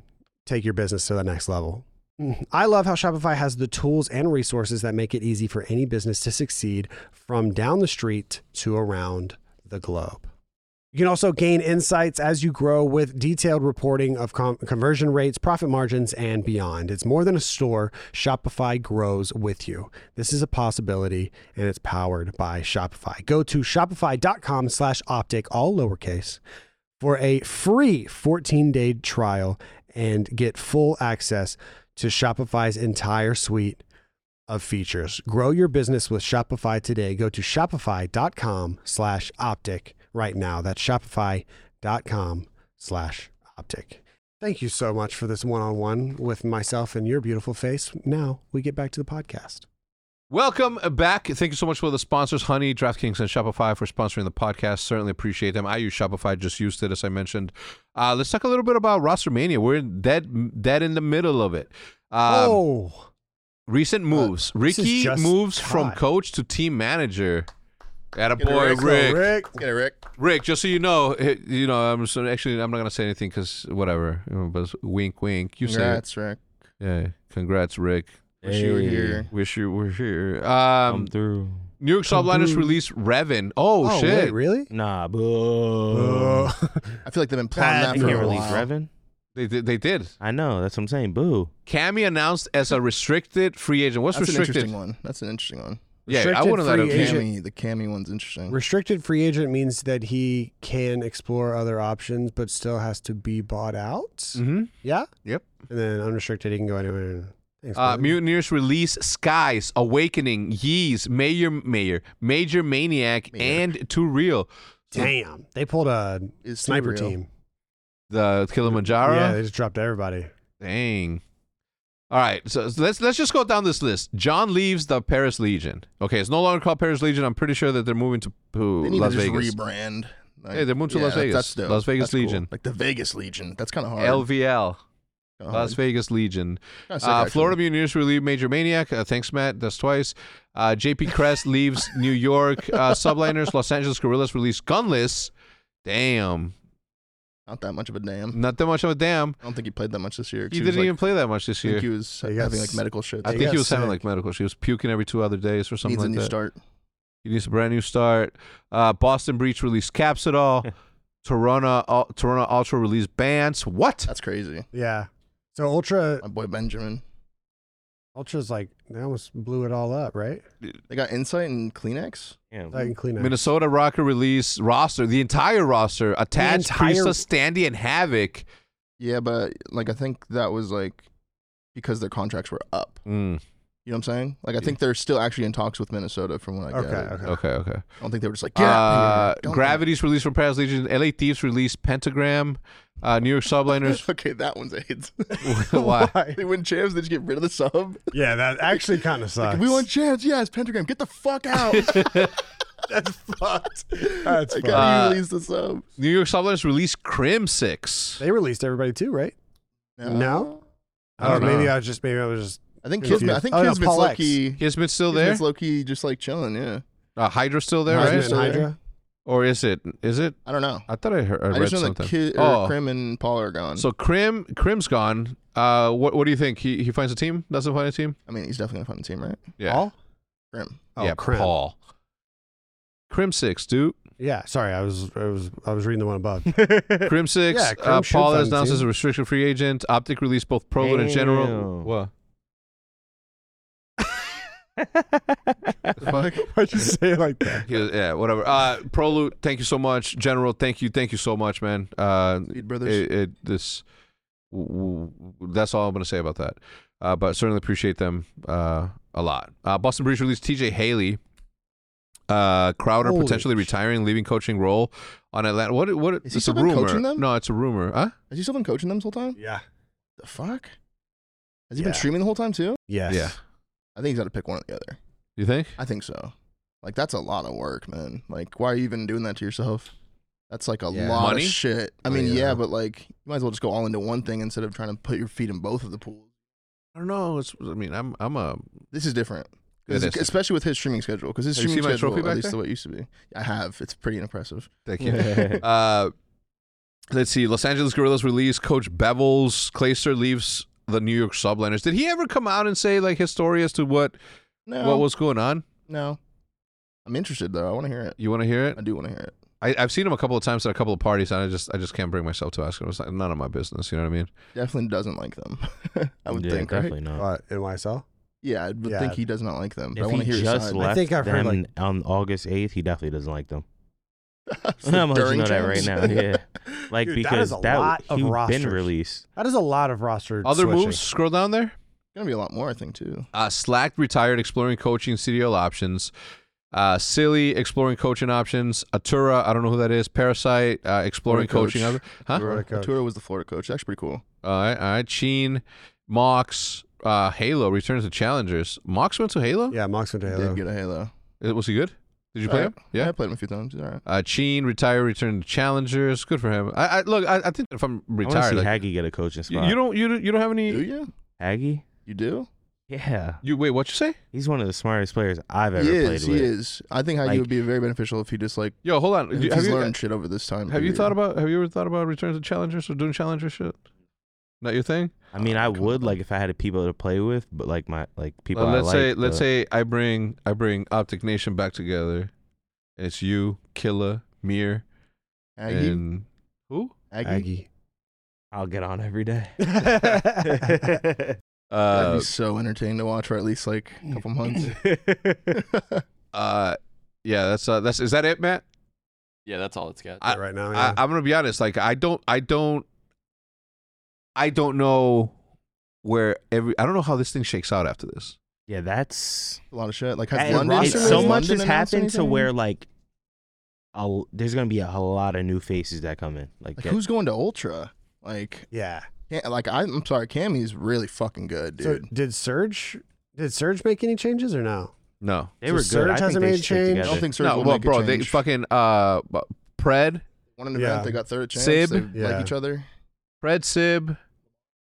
Speaker 4: take your business to the next level. I love how Shopify has the tools and resources that make it easy for any business to succeed from down the street to around the globe. You can also gain insights as you grow with detailed reporting of com- conversion rates, profit margins, and beyond. It's more than a store. Shopify grows with you. This is a possibility, and it's powered by Shopify. Go to shopify.com slash optic, all lowercase, for a free 14-day trial and get full access to Shopify's entire suite of features. Grow your business with Shopify today. Go to shopify.com slash optic right now. That's shopify.com slash optic. Thank you so much for this one-on-one with myself and your beautiful face. Now we get back to the podcast.
Speaker 1: Welcome back. Thank you so much for the sponsors, Honey, DraftKings, and Shopify for sponsoring the podcast. Certainly appreciate them. I use Shopify, just used it, as I mentioned. Uh, let's talk a little bit about roster mania. We're dead, dead in the middle of it. Um,
Speaker 4: oh,
Speaker 1: Recent moves.
Speaker 4: is
Speaker 1: Ricky
Speaker 4: just
Speaker 1: moves from
Speaker 4: hot.
Speaker 1: coach to team manager. At a
Speaker 3: Get a
Speaker 1: boy,
Speaker 3: Rick.
Speaker 1: Rick. Oh, Rick.
Speaker 4: Rick.
Speaker 3: Get it, Rick.
Speaker 1: Just so you know, eh, you know. I'm so actually. I'm not gonna say anything because whatever. you know, But wink, wink. You say it.
Speaker 3: Congrats, Rick.
Speaker 1: Yeah. Congrats, Rick.
Speaker 3: Wish you were here.
Speaker 1: Wish you were here.
Speaker 2: Come
Speaker 1: Um,
Speaker 2: through.
Speaker 1: New York
Speaker 3: Oh,
Speaker 1: Subliners released Revan. Oh,
Speaker 4: Oh,
Speaker 1: shit. Mm.
Speaker 4: wait, really?
Speaker 2: Nah,
Speaker 4: Oh.
Speaker 2: boo.
Speaker 3: I feel like they've been plotting
Speaker 4: Bad
Speaker 3: that
Speaker 2: They
Speaker 3: for
Speaker 2: can't
Speaker 3: a
Speaker 2: release
Speaker 3: while.
Speaker 2: Revan.
Speaker 1: They did. They did.
Speaker 2: I know. That's what I'm saying. Boo.
Speaker 1: Cammy announced as a restricted free agent. What's
Speaker 3: That's an
Speaker 1: restricted?
Speaker 3: interesting one. That's an interesting one.
Speaker 1: Yeah, I
Speaker 4: Restricted
Speaker 1: wouldn't let
Speaker 4: free
Speaker 1: him.
Speaker 4: agent.
Speaker 3: Cammy, the Cammy one's interesting.
Speaker 4: Restricted free agent means that he can explore other options, but still has to be bought out.
Speaker 1: Mm-hmm.
Speaker 4: Yeah.
Speaker 1: Yep.
Speaker 4: And then unrestricted, he can go anywhere. Thanks,
Speaker 1: Uh,
Speaker 4: brother.
Speaker 1: Mutineers release Skies, Awakening, Yeez, Mayor, Mayor, Major Maniac,
Speaker 3: Mayor.
Speaker 1: and Too Real.
Speaker 4: Damn, they pulled a
Speaker 3: Is
Speaker 4: sniper
Speaker 3: Gabriel.
Speaker 4: team.
Speaker 1: The Kilimanjaro.
Speaker 4: Yeah, they just dropped everybody.
Speaker 1: Dang. All right, so so let's let's just go down this list. John leaves the Paris Legion. Okay, it's no longer called Paris Legion. I'm pretty sure that they're moving to, to
Speaker 3: They need
Speaker 1: Las
Speaker 3: to just
Speaker 1: Vegas.
Speaker 3: rebrand. Like,
Speaker 1: Hey, they moved to Las
Speaker 3: that-
Speaker 1: Vegas.
Speaker 3: That's dope.
Speaker 1: Las Vegas
Speaker 3: That's cool.
Speaker 1: Legion.
Speaker 3: Like the Vegas Legion. That's kind of hard.
Speaker 1: LVL.
Speaker 3: Go
Speaker 1: Las
Speaker 3: home.
Speaker 1: Vegas Legion.
Speaker 3: Kinda sick,
Speaker 1: Uh,
Speaker 3: actually.
Speaker 1: Florida Mutineers relieve Major Maniac. Uh, thanks, Matt. That's twice. Uh, JP Crest leaves New York. Uh, Subliners, Los Angeles Gorillas release Gunless. Damn.
Speaker 3: Not that much of a damn.
Speaker 1: Not that much of a damn.
Speaker 3: I don't think he played that much this year.
Speaker 1: Mm.
Speaker 3: 'cause
Speaker 1: He
Speaker 3: was,
Speaker 1: didn't
Speaker 3: like,
Speaker 1: even play that much this
Speaker 3: I think
Speaker 1: year.
Speaker 3: he was
Speaker 4: He got
Speaker 3: having like
Speaker 4: s-
Speaker 3: medical shit.
Speaker 1: I
Speaker 4: he
Speaker 1: think
Speaker 4: got
Speaker 1: he was having
Speaker 4: sick.
Speaker 1: like medical. She was puking every two other days or something
Speaker 3: needs a
Speaker 1: like
Speaker 3: new
Speaker 1: that.
Speaker 3: start.
Speaker 1: He needs a brand new start. Uh, Boston Breach released Capsidol. Toronto, uh, Toronto Ultra released Bans. What?
Speaker 3: That's crazy.
Speaker 4: Yeah. So Ultra
Speaker 3: My boy Benjamin.
Speaker 4: Ultra's like they almost blew it all up, right?
Speaker 3: They got Insight and Kleenex.
Speaker 2: Yeah.
Speaker 4: I can clean it.
Speaker 1: Mm-hmm. Minnesota Rocker release roster, the entire roster, attached
Speaker 4: entire-
Speaker 1: Priestess, Standy, and Havoc.
Speaker 3: Yeah, but like I think that was like because their contracts were up.
Speaker 1: Mm,
Speaker 3: You know what I'm saying? Like I think they're still actually in talks with Minnesota from what I
Speaker 4: Okay,
Speaker 3: gathered.
Speaker 4: okay.
Speaker 1: okay, okay.
Speaker 3: I don't think they were just like get
Speaker 1: Uh,
Speaker 3: out. Here. Don't do [laughs]
Speaker 1: Gravity's release from Paris Legion. LA Thieves release Pentagram. Uh, New York Subliners. [laughs]
Speaker 3: that. okay, that one's AIDS.
Speaker 1: Why?
Speaker 3: [laughs]
Speaker 4: [laughs]
Speaker 3: they win champs, they just get rid of the sub.
Speaker 4: Yeah, that actually
Speaker 1: [laughs]
Speaker 4: kind of sucks.
Speaker 3: Like, we won champs. Yes, Pentagram, get the
Speaker 4: [laughs]
Speaker 3: fuck out.
Speaker 4: That's fucked.
Speaker 3: [laughs]
Speaker 4: That's
Speaker 3: like,
Speaker 4: fucked.
Speaker 3: how
Speaker 1: Uh,
Speaker 3: do you release the sub?
Speaker 1: New York Subliners release Crim Six.
Speaker 4: they released everybody too, right? No?
Speaker 1: I don't
Speaker 4: Or maybe
Speaker 1: know.
Speaker 4: I was just maybe I was just
Speaker 3: I think
Speaker 4: Confused.
Speaker 3: Kismet. I think
Speaker 4: Oh, no,
Speaker 3: Kismet's
Speaker 4: Paul
Speaker 3: low
Speaker 4: X.
Speaker 3: key.
Speaker 1: Kismet's still there.
Speaker 3: Kismet's low key, just like chilling. Yeah,
Speaker 1: Uh, Hydra's still there,
Speaker 3: Hydra's
Speaker 1: right?
Speaker 4: Hydra.
Speaker 3: still there.
Speaker 4: Hydra.
Speaker 1: Or is it? Is it?
Speaker 3: I don't know.
Speaker 1: I thought I heard. I,
Speaker 3: I,
Speaker 1: read
Speaker 3: just know
Speaker 1: something.
Speaker 3: that Kid or
Speaker 1: oh,
Speaker 3: Krim and Paul are gone.
Speaker 1: so Crim Crim's gone. Uh, what what do you think? He he finds a team? Doesn't find a team?
Speaker 3: I mean, he's definitely gonna find a team, right?
Speaker 1: Yeah.
Speaker 4: All?
Speaker 3: Krim.
Speaker 4: Oh,
Speaker 1: yeah,
Speaker 4: crap.
Speaker 1: Paul. Crim Six, dude.
Speaker 4: Yeah, sorry, I was I was I was reading the
Speaker 1: [laughs]
Speaker 4: one above.
Speaker 2: [laughs]
Speaker 1: Crim Six.
Speaker 4: Yeah, Crim
Speaker 1: uh,
Speaker 4: should
Speaker 1: Paul
Speaker 4: find
Speaker 1: is
Speaker 4: a
Speaker 1: announced
Speaker 4: team.
Speaker 1: as a restriction free agent. Optic released both Prolet and General.
Speaker 2: Damn.
Speaker 1: What?
Speaker 3: Fuck.
Speaker 4: Why'd you say it
Speaker 2: [laughs]
Speaker 4: like that?
Speaker 1: Yeah, yeah, whatever. Uh, Prolute, thank you so much. General, thank you, thank you so much, man. Uh,
Speaker 3: Speed Brothers.
Speaker 1: it, it, this, w- w- that's all I'm gonna say about that. Uh, but certainly appreciate them uh, a lot. Uh, Boston Breeze released T.J. Haley. Uh, Crowder
Speaker 4: Holy
Speaker 1: potentially
Speaker 4: sh-
Speaker 1: retiring, leaving coaching role on Atlanta. What? What?
Speaker 3: Is
Speaker 1: it's
Speaker 3: he
Speaker 1: a
Speaker 3: still been
Speaker 1: rumor.
Speaker 3: coaching them?
Speaker 1: No, it's a rumor. Huh?
Speaker 3: Has he still been coaching them this whole time?
Speaker 4: Yeah.
Speaker 3: The fuck? Has he
Speaker 4: Yeah.
Speaker 3: been streaming the whole time too?
Speaker 4: Yes.
Speaker 1: Yeah.
Speaker 3: I think he's got to pick one or the other.
Speaker 1: You think?
Speaker 3: I think so. Like that's a lot of work, man. Like why are you even doing that to yourself? That's like a
Speaker 2: Yeah.
Speaker 3: lot
Speaker 1: Money?
Speaker 3: of shit. I
Speaker 2: Oh,
Speaker 3: mean,
Speaker 2: yeah.
Speaker 3: yeah, but like you might as well just go all into one thing instead of trying to put your feet in both of the pools.
Speaker 1: I don't know. It's, I mean, I'm. I'm a.
Speaker 3: This is different.
Speaker 1: It
Speaker 3: This is-
Speaker 1: is.
Speaker 3: especially with his streaming schedule, because his
Speaker 1: Have you
Speaker 3: streaming
Speaker 1: seen my
Speaker 3: schedule,
Speaker 1: trophy
Speaker 3: at
Speaker 1: back
Speaker 3: least
Speaker 1: there?
Speaker 3: the way it used to be, I have. It's pretty impressive.
Speaker 1: Thank you. Uh, let's see. Los Angeles Guerrillas release Coach Bevels. Clayster leaves the New York Subliners. Did he ever come out and say like his story as to what
Speaker 3: No,
Speaker 1: what was going on?
Speaker 3: no. I'm interested though. I want to hear it.
Speaker 1: You want to hear it?
Speaker 3: I do want to hear it.
Speaker 1: I, I've seen him a couple of times at a couple of parties, and I just I just can't bring myself to ask him. It's not, none of my business. You know what I mean?
Speaker 3: Definitely doesn't like them. [laughs] I would
Speaker 2: yeah,
Speaker 3: think, right?
Speaker 2: definitely not.
Speaker 4: What, NYSL?
Speaker 3: Yeah, I would
Speaker 4: Yeah.
Speaker 3: think he does not like them. But I
Speaker 2: if
Speaker 3: want
Speaker 2: he
Speaker 3: to hear his
Speaker 2: just
Speaker 3: side.
Speaker 2: left
Speaker 4: I think I've heard,
Speaker 2: them
Speaker 4: like-
Speaker 2: on August eighth, he definitely doesn't like them.
Speaker 3: [laughs] So
Speaker 2: I'm gonna let you
Speaker 3: during
Speaker 2: know that right now.
Speaker 3: champs? [laughs]
Speaker 2: Yeah, like
Speaker 4: Dude, that is
Speaker 2: because
Speaker 4: a
Speaker 2: that,
Speaker 4: lot of
Speaker 2: he
Speaker 4: rosters.
Speaker 2: been released.
Speaker 4: That is a lot of roster.
Speaker 1: Other
Speaker 4: switching.
Speaker 1: moves. Scroll down there.
Speaker 3: gonna be a lot more, I think, too.
Speaker 1: Uh, Slack retired, exploring coaching CDL options. Uh, Silly exploring coaching options. Atura, I don't know who that is. Parasite uh, exploring
Speaker 3: Florida
Speaker 1: coaching.
Speaker 3: coach.
Speaker 1: Other, huh?
Speaker 4: Florida coach.
Speaker 3: Arturo was the Florida coach. That's pretty cool.
Speaker 1: All right, all right. Sheen, Mox, uh, Halo returns to Challengers. Mox went to Halo.
Speaker 4: Yeah, Mox and
Speaker 3: He
Speaker 4: Taylor.
Speaker 3: Did get a Halo.
Speaker 1: Uh, Was he good? Did you play him?
Speaker 3: Alright.
Speaker 1: Yeah.
Speaker 3: I played him a few times. He's all right.
Speaker 1: Uh, Sheen retired, returned to Challengers. Good for him. I, I look. I, I think if I'm
Speaker 2: I want
Speaker 1: retired,
Speaker 2: to see
Speaker 1: like,
Speaker 2: Haggy get a coaching
Speaker 1: you,
Speaker 2: spot.
Speaker 1: you don't you don't- you don't have
Speaker 3: Do
Speaker 1: any.
Speaker 3: you?
Speaker 2: Haggy?
Speaker 3: You do?
Speaker 2: Yeah,
Speaker 1: You wait. What you say?
Speaker 2: he's one of the smartest players I've ever
Speaker 3: he
Speaker 2: played
Speaker 3: is. He
Speaker 2: with.
Speaker 3: is. I think how
Speaker 2: Like-
Speaker 3: you would be very beneficial if he just like
Speaker 1: Yo, hold on.
Speaker 3: if
Speaker 1: You-
Speaker 3: he's
Speaker 1: have you
Speaker 3: learned shit over this time.
Speaker 1: have you
Speaker 3: period.
Speaker 1: thought about have you ever thought about returns to Challengers or doing Challenger shit? Not your thing.
Speaker 2: I mean,
Speaker 3: Oh,
Speaker 2: I
Speaker 3: come
Speaker 2: would
Speaker 3: on.
Speaker 2: like if I had people to play with, but like my like people.
Speaker 1: Uh,
Speaker 2: I
Speaker 1: let's
Speaker 2: like,
Speaker 1: say let's
Speaker 2: but-
Speaker 1: say I bring I bring Optic Nation back together. And it's you, Killa, Mir,
Speaker 3: Aggie?
Speaker 1: and who?
Speaker 3: Aggie?
Speaker 4: Aggie.
Speaker 2: I'll get on every day.
Speaker 3: [laughs]
Speaker 2: [laughs]
Speaker 3: That'd
Speaker 1: Uh,
Speaker 3: be so entertaining to watch for at least like a couple months. [laughs]
Speaker 1: uh, yeah. That's uh, that's is that it, Matt?
Speaker 5: Yeah, that's all it's got.
Speaker 1: I-
Speaker 4: right now,
Speaker 1: I,
Speaker 4: Oh, yeah.
Speaker 1: I'm gonna be honest. Like I don't, I don't, I don't know where every. I don't know how this thing shakes out after this.
Speaker 2: yeah, that's
Speaker 3: a lot of shit. Like has
Speaker 2: and
Speaker 3: London,
Speaker 2: it's
Speaker 4: roster
Speaker 3: has
Speaker 2: so
Speaker 4: moves?
Speaker 2: much
Speaker 3: London
Speaker 2: has
Speaker 3: announced
Speaker 2: happened to
Speaker 3: anything?
Speaker 2: where like, a, there's gonna be a, lot of new faces that come in. Like,
Speaker 3: like
Speaker 2: that-
Speaker 3: who's going to Ultra? Like
Speaker 4: yeah.
Speaker 3: Yeah, like I, I'm sorry, Cammy's really fucking good,
Speaker 4: So
Speaker 3: dude.
Speaker 4: did Surge? Did Surge make any changes or no?
Speaker 1: No,
Speaker 2: they
Speaker 4: so
Speaker 2: were good.
Speaker 4: Surge
Speaker 2: I think
Speaker 4: hasn't
Speaker 2: they
Speaker 4: made a
Speaker 2: stick
Speaker 4: change?
Speaker 3: I
Speaker 2: together.
Speaker 3: don't think Surge
Speaker 1: no,
Speaker 3: will
Speaker 1: well,
Speaker 3: make a
Speaker 1: bro, they
Speaker 3: change.
Speaker 1: fucking uh, bu- Pred,
Speaker 3: won an
Speaker 4: Yeah.
Speaker 3: event. They got third chance.
Speaker 1: Sib?
Speaker 3: They
Speaker 4: Yeah.
Speaker 3: like each other.
Speaker 1: Pred Sib,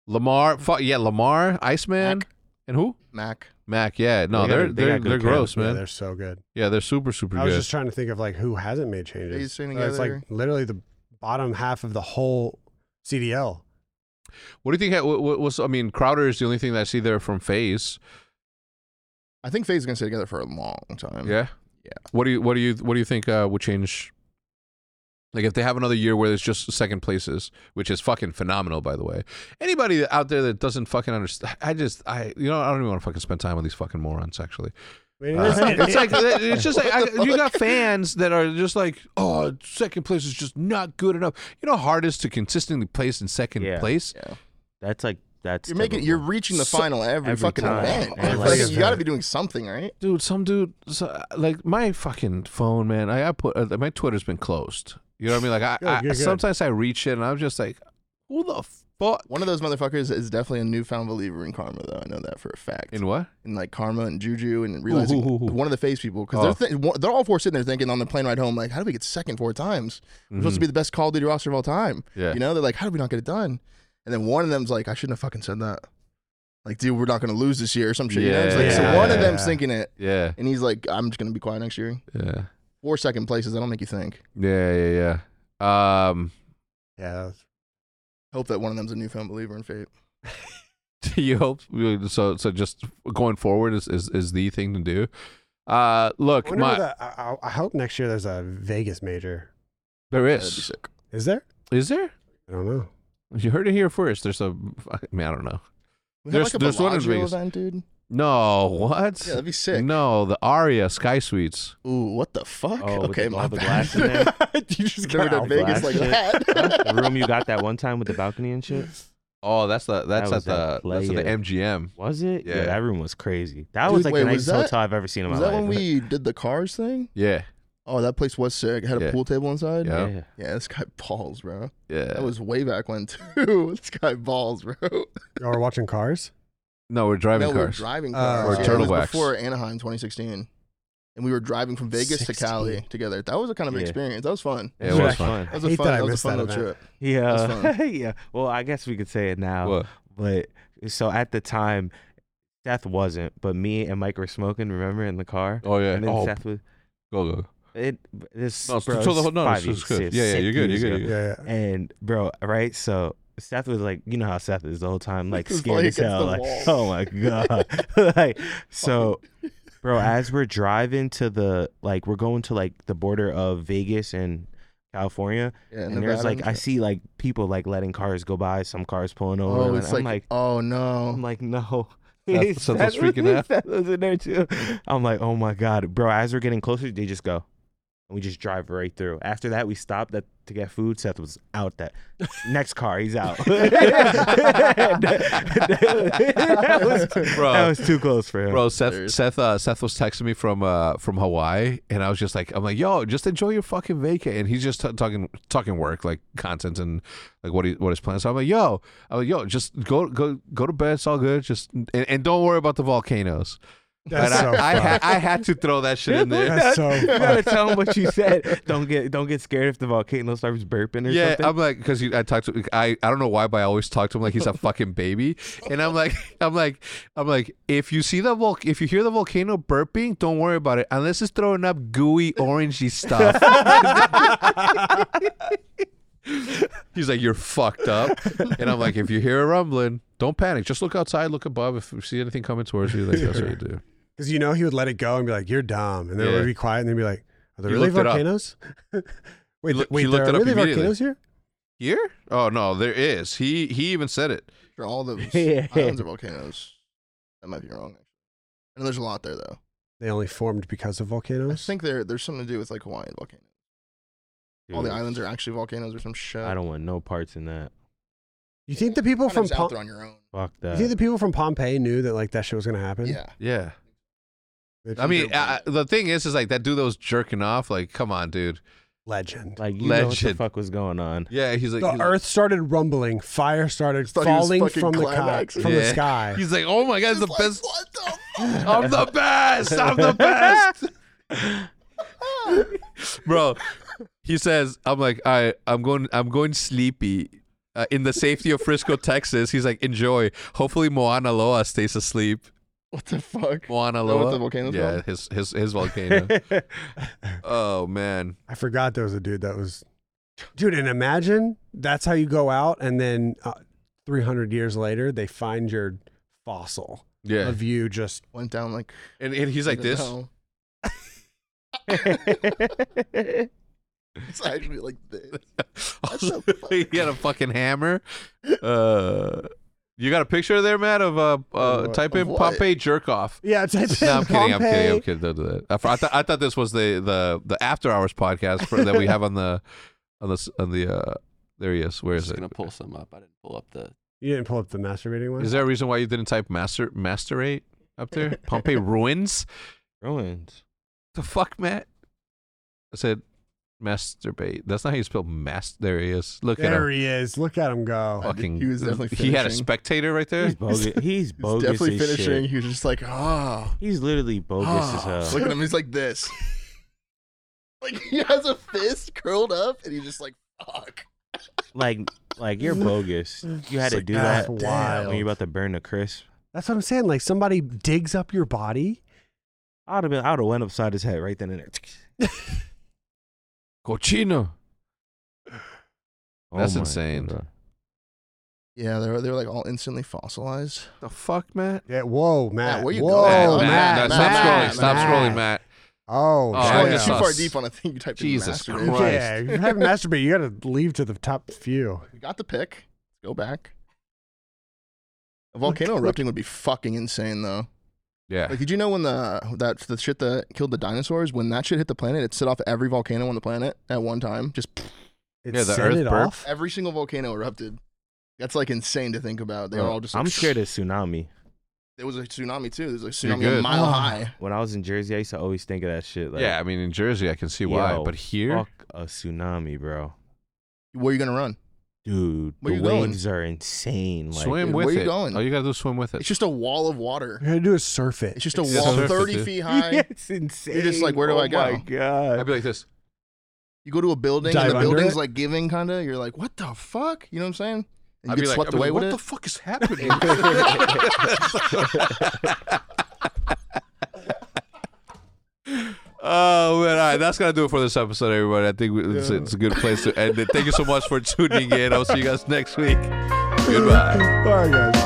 Speaker 1: Lamar, fu- yeah, Lamar, Iceman,
Speaker 3: Mac.
Speaker 1: and who?
Speaker 3: Mac.
Speaker 1: Mac. Yeah, no,
Speaker 2: They got-
Speaker 1: they are
Speaker 2: they
Speaker 1: they are
Speaker 2: got good
Speaker 1: they're gross,
Speaker 4: Yeah,
Speaker 1: man.
Speaker 4: they're so good.
Speaker 1: yeah, they're super super
Speaker 4: I was
Speaker 1: good.
Speaker 4: just trying to think of like who hasn't made changes.
Speaker 3: He's stringing
Speaker 4: Uh, it's like
Speaker 3: together.
Speaker 4: literally the bottom half of the whole CDL.
Speaker 1: what do you think? What, what's I mean, Crowder is the only thing that I see there from Phase.
Speaker 3: I think Faye's gonna stay together for a long time.
Speaker 1: Yeah.
Speaker 3: Yeah.
Speaker 1: What do you what do you what do you think uh, would change? Like if they have another year where there's just second places, which is fucking phenomenal, by the way. Anybody out there that doesn't fucking understand, I just I you know I don't even want to fucking spend time on these fucking morons. Actually,
Speaker 4: I mean,
Speaker 1: Uh,
Speaker 4: it is-
Speaker 1: [laughs]
Speaker 4: it- [laughs]
Speaker 1: it's like it's just like I,
Speaker 3: What the
Speaker 1: you got
Speaker 3: fuck?
Speaker 1: fans that are just like, oh, second place is just not good enough. You know, how hard it is to consistently place in second
Speaker 2: Yeah.
Speaker 1: place.
Speaker 2: That's like that's
Speaker 3: You're making.
Speaker 2: typical.
Speaker 3: You're reaching the
Speaker 1: So-
Speaker 3: final every,
Speaker 2: every
Speaker 3: fucking
Speaker 2: time.
Speaker 3: event.
Speaker 2: And
Speaker 4: like-
Speaker 3: Like, you got to be doing something, right?
Speaker 1: dude some dude so, uh, like my fucking phone man i, I put uh, my twitter's been closed you know what i mean like i,
Speaker 4: Good,
Speaker 1: I
Speaker 4: good, good.
Speaker 1: sometimes i reach it and i'm just like who the fuck
Speaker 3: One of those motherfuckers is definitely a newfound believer in karma, though. I know that for a fact.
Speaker 1: in what
Speaker 3: and like karma and juju and realizing
Speaker 1: who, who?
Speaker 3: one of the face people because they're thi- one- they're all four sitting there thinking on the plane ride home like how do we get second four times we're
Speaker 1: Mm-hmm.
Speaker 3: supposed to be the best Call of Duty roster of all time
Speaker 1: Yeah.
Speaker 3: you know they're like how did we not get it done and then one of them's like I shouldn't have fucking said that like dude we're not gonna lose this year or some shit you know? It's like,
Speaker 4: Yeah.
Speaker 3: so one of them's
Speaker 4: Yeah.
Speaker 3: thinking it
Speaker 1: yeah
Speaker 3: and he's like I'm just gonna be quiet next year
Speaker 1: yeah
Speaker 3: four second places that'll make you think
Speaker 1: yeah yeah yeah um
Speaker 4: yeah, that's-
Speaker 3: hope that one of them's a newfound believer in fate
Speaker 1: you hope so so just going forward is is, is the thing to do uh
Speaker 4: I,
Speaker 1: look
Speaker 4: wonder
Speaker 1: my
Speaker 4: what the- I, I- I hope next year there's a Vegas major.
Speaker 1: there
Speaker 3: that'd be
Speaker 1: is
Speaker 3: sick
Speaker 4: Is there?
Speaker 1: is there
Speaker 4: I don't know.
Speaker 1: you heard it here first there's a i mean i don't know
Speaker 3: we
Speaker 1: There's-
Speaker 3: have like a
Speaker 1: there's one in
Speaker 3: Bellagio
Speaker 1: Vegas.
Speaker 2: [laughs]
Speaker 3: event dude
Speaker 1: no what
Speaker 3: yeah that'd be sick
Speaker 1: no the aria sky suites
Speaker 3: ooh what the fuck
Speaker 2: Oh, with
Speaker 3: okay
Speaker 2: the-
Speaker 3: my
Speaker 2: all the
Speaker 3: bad.
Speaker 2: glass in
Speaker 3: [laughs]
Speaker 2: there?
Speaker 4: you just
Speaker 3: never done
Speaker 4: got
Speaker 3: Vegas
Speaker 2: glass
Speaker 3: like
Speaker 2: shit. [laughs]
Speaker 3: that
Speaker 2: the room you got that one time with the balcony and
Speaker 3: [laughs]
Speaker 2: shit.
Speaker 1: Oh, that's the that's
Speaker 2: was a
Speaker 1: at the that's at the
Speaker 2: player.
Speaker 1: MGM.
Speaker 2: Was it?
Speaker 1: Yeah.
Speaker 2: that room was crazy. That
Speaker 3: Dude,
Speaker 2: was like
Speaker 3: wait,
Speaker 2: the
Speaker 3: was
Speaker 2: nicest
Speaker 3: that-
Speaker 2: hotel I've ever seen in my
Speaker 3: Was that
Speaker 2: life.
Speaker 3: when we did the cars thing?
Speaker 1: Yeah,
Speaker 3: Oh, that place was sick. It had a
Speaker 1: Yeah.
Speaker 3: pool table inside.
Speaker 1: Yeah.
Speaker 2: [laughs] Yeah.
Speaker 3: Yeah, this guy balls, bro.
Speaker 1: yeah.
Speaker 3: That was way back when [laughs] too. this guy balls, bro.
Speaker 4: Or watching cars.
Speaker 1: no, we're driving
Speaker 3: no, we were
Speaker 1: cars.
Speaker 3: driving
Speaker 2: Uh,
Speaker 4: Oh.
Speaker 3: cars.
Speaker 4: Or
Speaker 3: Yeah,
Speaker 1: turtle
Speaker 3: it was
Speaker 1: wax.
Speaker 3: before Anaheim 2016, and we were driving from Vegas to Cali
Speaker 4: 16.
Speaker 3: together. That was a kind of an
Speaker 2: Yeah.
Speaker 3: experience. That was fun.
Speaker 1: Yeah, it was
Speaker 2: That's
Speaker 1: fun.
Speaker 3: That was a
Speaker 4: hate
Speaker 3: fun.
Speaker 4: that I
Speaker 3: That, was a
Speaker 4: missed
Speaker 3: fun
Speaker 4: that
Speaker 3: little
Speaker 4: event.
Speaker 3: trip.
Speaker 2: [laughs]
Speaker 3: That's
Speaker 2: Yeah. [laughs] yeah. Well, I guess we could say it now.
Speaker 1: What?
Speaker 2: But so at the time, Seth wasn't, but me and Mike were smoking, remember, in the car?
Speaker 1: Oh yeah.
Speaker 2: And then
Speaker 1: Oh,
Speaker 2: Seth was.
Speaker 1: go go.
Speaker 2: It, this,
Speaker 1: No,
Speaker 2: bro,
Speaker 1: so the whole-
Speaker 2: it's
Speaker 1: no, it's-
Speaker 2: five
Speaker 1: it's
Speaker 2: years,
Speaker 1: good.
Speaker 2: six,
Speaker 1: Yeah, yeah,
Speaker 2: six
Speaker 1: you're good,
Speaker 2: years
Speaker 1: you're good,
Speaker 2: ago.
Speaker 1: you're
Speaker 4: Yeah. yeah.
Speaker 2: And bro, right? So Seth was like, you know how Seth is the whole time, like
Speaker 3: Just
Speaker 2: scared
Speaker 3: like
Speaker 2: as hell, like,
Speaker 3: against the
Speaker 2: oh my god, [laughs]
Speaker 3: [laughs]
Speaker 2: like so. Bro, as we're driving to the like, we're going to like the border of Vegas and California,
Speaker 3: Yeah,
Speaker 2: and
Speaker 3: Nevada
Speaker 2: there's like I
Speaker 3: trip.
Speaker 2: see like people like letting cars go by, some cars pulling over.
Speaker 3: Oh,
Speaker 2: and
Speaker 3: it's
Speaker 2: I'm
Speaker 3: like, oh no.
Speaker 2: I'm like, no. [laughs]
Speaker 1: Seth- Seth was freaking out.
Speaker 2: Seth was in there too. I'm like, oh my god, bro. As we're getting closer, they just go, and we just drive right through. After that, we stopped at, to get food. Seth was out. That next car, he's out. [laughs] that,
Speaker 1: [laughs]
Speaker 2: was,
Speaker 1: Bro.
Speaker 2: that was too close for him.
Speaker 1: Bro, Seth,
Speaker 3: Serious.
Speaker 1: Seth, uh, Seth was texting me from uh, from Hawaii, and I was just like, I'm like, yo, just enjoy your fucking vacay. And he's just t- talking talking work, like content and like what he what his plans. So I'm like, yo, I'm like, yo, just go go go to bed. It's all good. Just and, and don't worry about the volcanoes.
Speaker 4: That's
Speaker 1: and
Speaker 4: so
Speaker 1: I, I,
Speaker 4: fun.
Speaker 1: ha- I had to throw that shit in there. [laughs]
Speaker 4: That's so
Speaker 2: you
Speaker 4: fun. [laughs]
Speaker 2: gotta tell him what you said. Don't get don't get scared if the volcano starts burping or
Speaker 1: yeah,
Speaker 2: something.
Speaker 1: I'm like, because I talk to, I, I don't know why, but I always talk to him like
Speaker 2: [laughs]
Speaker 1: he's a fucking baby, and I'm like, I'm like, I'm like, if you see the vol, if you hear the volcano burping, don't worry about it, unless it's throwing up gooey orangey
Speaker 2: [laughs]
Speaker 1: stuff. he's like, you're fucked up, and I'm like, if you hear a rumbling, don't panic, just look outside, look above, if you see anything coming towards you, like that's what you do.
Speaker 4: Because you know he would let it go and be like, "You're dumb," and then it
Speaker 1: Yeah.
Speaker 4: would be quiet, and then be like, "Are there
Speaker 1: He
Speaker 4: really
Speaker 1: looked it up.
Speaker 4: volcanoes?" [laughs] wait,
Speaker 1: look-
Speaker 4: th- wait,
Speaker 1: he looked
Speaker 4: there
Speaker 1: it
Speaker 4: are
Speaker 1: up
Speaker 4: really
Speaker 1: immediately.
Speaker 4: volcanoes here?
Speaker 1: Here? Oh no, there is. He he even said it.
Speaker 3: After all those
Speaker 2: [laughs] Yeah.
Speaker 3: islands are volcanoes. That might be wrong. I know there's a lot there though.
Speaker 4: They only formed because
Speaker 3: I
Speaker 4: of volcanoes.
Speaker 3: think there there's something to do with like Hawaiian volcanoes. All the
Speaker 2: Dude,
Speaker 3: islands are actually volcanoes or some shit.
Speaker 2: I don't want no parts in that.
Speaker 4: you think the people
Speaker 3: Kinda
Speaker 4: from
Speaker 3: just
Speaker 4: Pom-
Speaker 3: out there on your own.
Speaker 2: Fuck
Speaker 4: you
Speaker 2: that.
Speaker 4: think the people from Pompeii knew that like that shit was gonna happen?
Speaker 3: Yeah.
Speaker 1: Yeah.
Speaker 4: They just-
Speaker 1: I mean, I, I- the thing is, is like that dude that was jerking off. Like, come on, dude.
Speaker 4: legend.
Speaker 2: like you know what the
Speaker 1: Legend.
Speaker 2: fuck was going on.
Speaker 1: Yeah, he's like
Speaker 4: the
Speaker 1: he's like-
Speaker 4: earth started rumbling, fire started
Speaker 3: Thought he was
Speaker 4: falling
Speaker 3: fucking
Speaker 4: from the sky,
Speaker 3: climaxing.
Speaker 4: from the
Speaker 1: Yeah.
Speaker 4: sky.
Speaker 1: He's like, oh my god, it's the
Speaker 3: Like,
Speaker 1: best.
Speaker 3: What the fuck?
Speaker 1: I'm the best. I'm the best, [laughs] bro. He says, I'm like, I, I'm going, I'm going sleepy. uh, in the safety of Frisco, Texas. He's like, enjoy. Hopefully, Moana Loa stays asleep.
Speaker 3: What the fuck?
Speaker 1: Moana
Speaker 3: that what
Speaker 1: Loa.
Speaker 3: the volcano's
Speaker 1: yeah,
Speaker 3: called?
Speaker 1: his his his
Speaker 3: [laughs]
Speaker 1: volcano.
Speaker 2: [laughs]
Speaker 1: oh man,
Speaker 4: I forgot there was a dude that was. Dude, and imagine that's how you go out, and then uh, 300 years later, they find your fossil
Speaker 1: yeah.
Speaker 4: of you just.
Speaker 3: Went down like
Speaker 1: And, and he's like
Speaker 3: the
Speaker 1: this. [laughs]
Speaker 3: hell. It's actually like
Speaker 1: [laughs]
Speaker 3: this. so
Speaker 1: he had a fucking hammer. Uh, you got a picture there, Matt, of uh, uh
Speaker 4: Of
Speaker 1: type in
Speaker 3: what?
Speaker 1: Pompeii jerk off.
Speaker 4: Yeah, type in
Speaker 1: No, I'm kidding. I'm kidding. I'm
Speaker 4: Pompeii.
Speaker 1: kidding. Don't do that. I, thought- I, thought, I thought this was the the the after hours podcast for, that we have on the on the s- on the. Uh, there he is. Where
Speaker 5: I'm
Speaker 1: is
Speaker 5: just
Speaker 1: it?
Speaker 5: gonna pull some up. I didn't pull up the.
Speaker 4: You didn't pull up the masturbating one?
Speaker 1: Is there a reason why you didn't type master masterate up
Speaker 5: [laughs]
Speaker 1: there? Pompeii ruins.
Speaker 2: Ruins.
Speaker 1: The fuck, Matt. I said masturbate. That's not how you spell mast. There he is. Look at
Speaker 4: there
Speaker 1: him.
Speaker 4: he is. Look at him go.
Speaker 1: Fucking.
Speaker 3: He was definitely
Speaker 1: He had a
Speaker 3: finishing.
Speaker 1: spectator right there.
Speaker 2: He's bogus. He's
Speaker 3: He's
Speaker 2: bogus.
Speaker 3: definitely
Speaker 2: as
Speaker 3: finishing.
Speaker 2: Shit.
Speaker 3: He was just like, ah.
Speaker 2: He's literally bogus as
Speaker 3: ah.
Speaker 2: hell.
Speaker 3: Look at him. He's like this. [laughs] like he has a fist curled up, and he's just like, fuck. Ah.
Speaker 2: [laughs] Like, like you're bogus. You had
Speaker 4: It's
Speaker 2: to
Speaker 4: like,
Speaker 2: do
Speaker 4: that's
Speaker 2: that
Speaker 3: ah,
Speaker 4: wild.
Speaker 2: when you're about to burn the crisp.
Speaker 4: That's what I'm saying. Like somebody digs up your body.
Speaker 2: I'd have been. I'd have went upside his head right then and there.
Speaker 1: Cochino.
Speaker 2: Oh
Speaker 1: That's
Speaker 2: my
Speaker 1: insane.
Speaker 2: God.
Speaker 3: Yeah, they're they're like all instantly fossilized.
Speaker 1: The fuck, Matt.
Speaker 4: Yeah. Whoa, Matt.
Speaker 3: where you
Speaker 4: whoa,
Speaker 3: going? Oh,
Speaker 4: Matt.
Speaker 3: Matt,
Speaker 1: no, stop
Speaker 4: Matt,
Speaker 3: Matt,
Speaker 1: scrolling. Stop
Speaker 3: Matt.
Speaker 1: scrolling, Matt.
Speaker 4: Oh,
Speaker 1: Oh,
Speaker 3: Oh,
Speaker 1: I
Speaker 4: damn.
Speaker 3: you're
Speaker 1: just
Speaker 3: too
Speaker 1: saw
Speaker 3: far
Speaker 1: s-
Speaker 3: deep on a thing. You typed in
Speaker 1: Jesus
Speaker 3: masturbate.
Speaker 1: Christ.
Speaker 4: Yeah, if you haven't [laughs] masturbated, you got to leave to the top few.
Speaker 3: We got the pick. Go back. A volcano erupting would be fucking insane, though.
Speaker 1: Yeah.
Speaker 3: Like, did you know when the that the shit that killed the dinosaurs, when that shit hit the planet, it set off every volcano on the planet at one time. Just pfft,
Speaker 4: It
Speaker 1: Yeah, the
Speaker 4: set
Speaker 1: earth
Speaker 4: it
Speaker 1: burp.
Speaker 4: off.
Speaker 3: every single volcano erupted. That's like insane to think about. They were all just. Like,
Speaker 2: I'm scared
Speaker 3: [laughs]
Speaker 2: of tsunami.
Speaker 3: There was a tsunami too. There's a
Speaker 1: You're
Speaker 3: tsunami a
Speaker 1: good.
Speaker 3: mile
Speaker 4: Ah.
Speaker 3: high.
Speaker 2: When I was in Jersey, I used to always think of that shit. Like,
Speaker 1: yeah, I mean, in Jersey, I can see why,
Speaker 2: Yo,
Speaker 1: but here,
Speaker 2: fuck a tsunami, bro.
Speaker 3: Where are you gonna run?
Speaker 2: Dude,
Speaker 3: Where
Speaker 2: the
Speaker 3: you going?
Speaker 2: waves are insane. Like, [laughs]
Speaker 1: swim
Speaker 3: dude,
Speaker 1: with
Speaker 3: where you
Speaker 1: it.
Speaker 3: going?
Speaker 1: All you gotta do is swim with
Speaker 3: It's
Speaker 1: it.
Speaker 3: just a wall of water.
Speaker 4: You're going to do is surf it.
Speaker 3: It's just a
Speaker 1: It's
Speaker 3: wall
Speaker 1: surface,
Speaker 3: thirty
Speaker 1: dude.
Speaker 3: feet high.
Speaker 2: it's insane.
Speaker 3: You're just like, where do
Speaker 2: oh
Speaker 3: I
Speaker 2: My
Speaker 3: go?
Speaker 1: I'd
Speaker 2: God.
Speaker 1: be like this.
Speaker 3: You go to a building
Speaker 4: Dive
Speaker 3: and the
Speaker 4: under
Speaker 3: building's
Speaker 4: it?
Speaker 3: like giving, kinda. You're like, what the fuck? You know what I'm saying? And you
Speaker 1: I'd
Speaker 3: get
Speaker 1: be like,
Speaker 3: swept
Speaker 1: I'd be
Speaker 3: away
Speaker 1: like,
Speaker 3: with
Speaker 1: what
Speaker 3: it.
Speaker 1: the fuck is
Speaker 3: [laughs]
Speaker 1: happening? Oh man, all right, that's gonna do it for this episode, everybody. I think we- it's, it's a good place to end it. Thank you so much for tuning in. I'll see you guys next week. Goodbye.
Speaker 4: [laughs] All right, guys.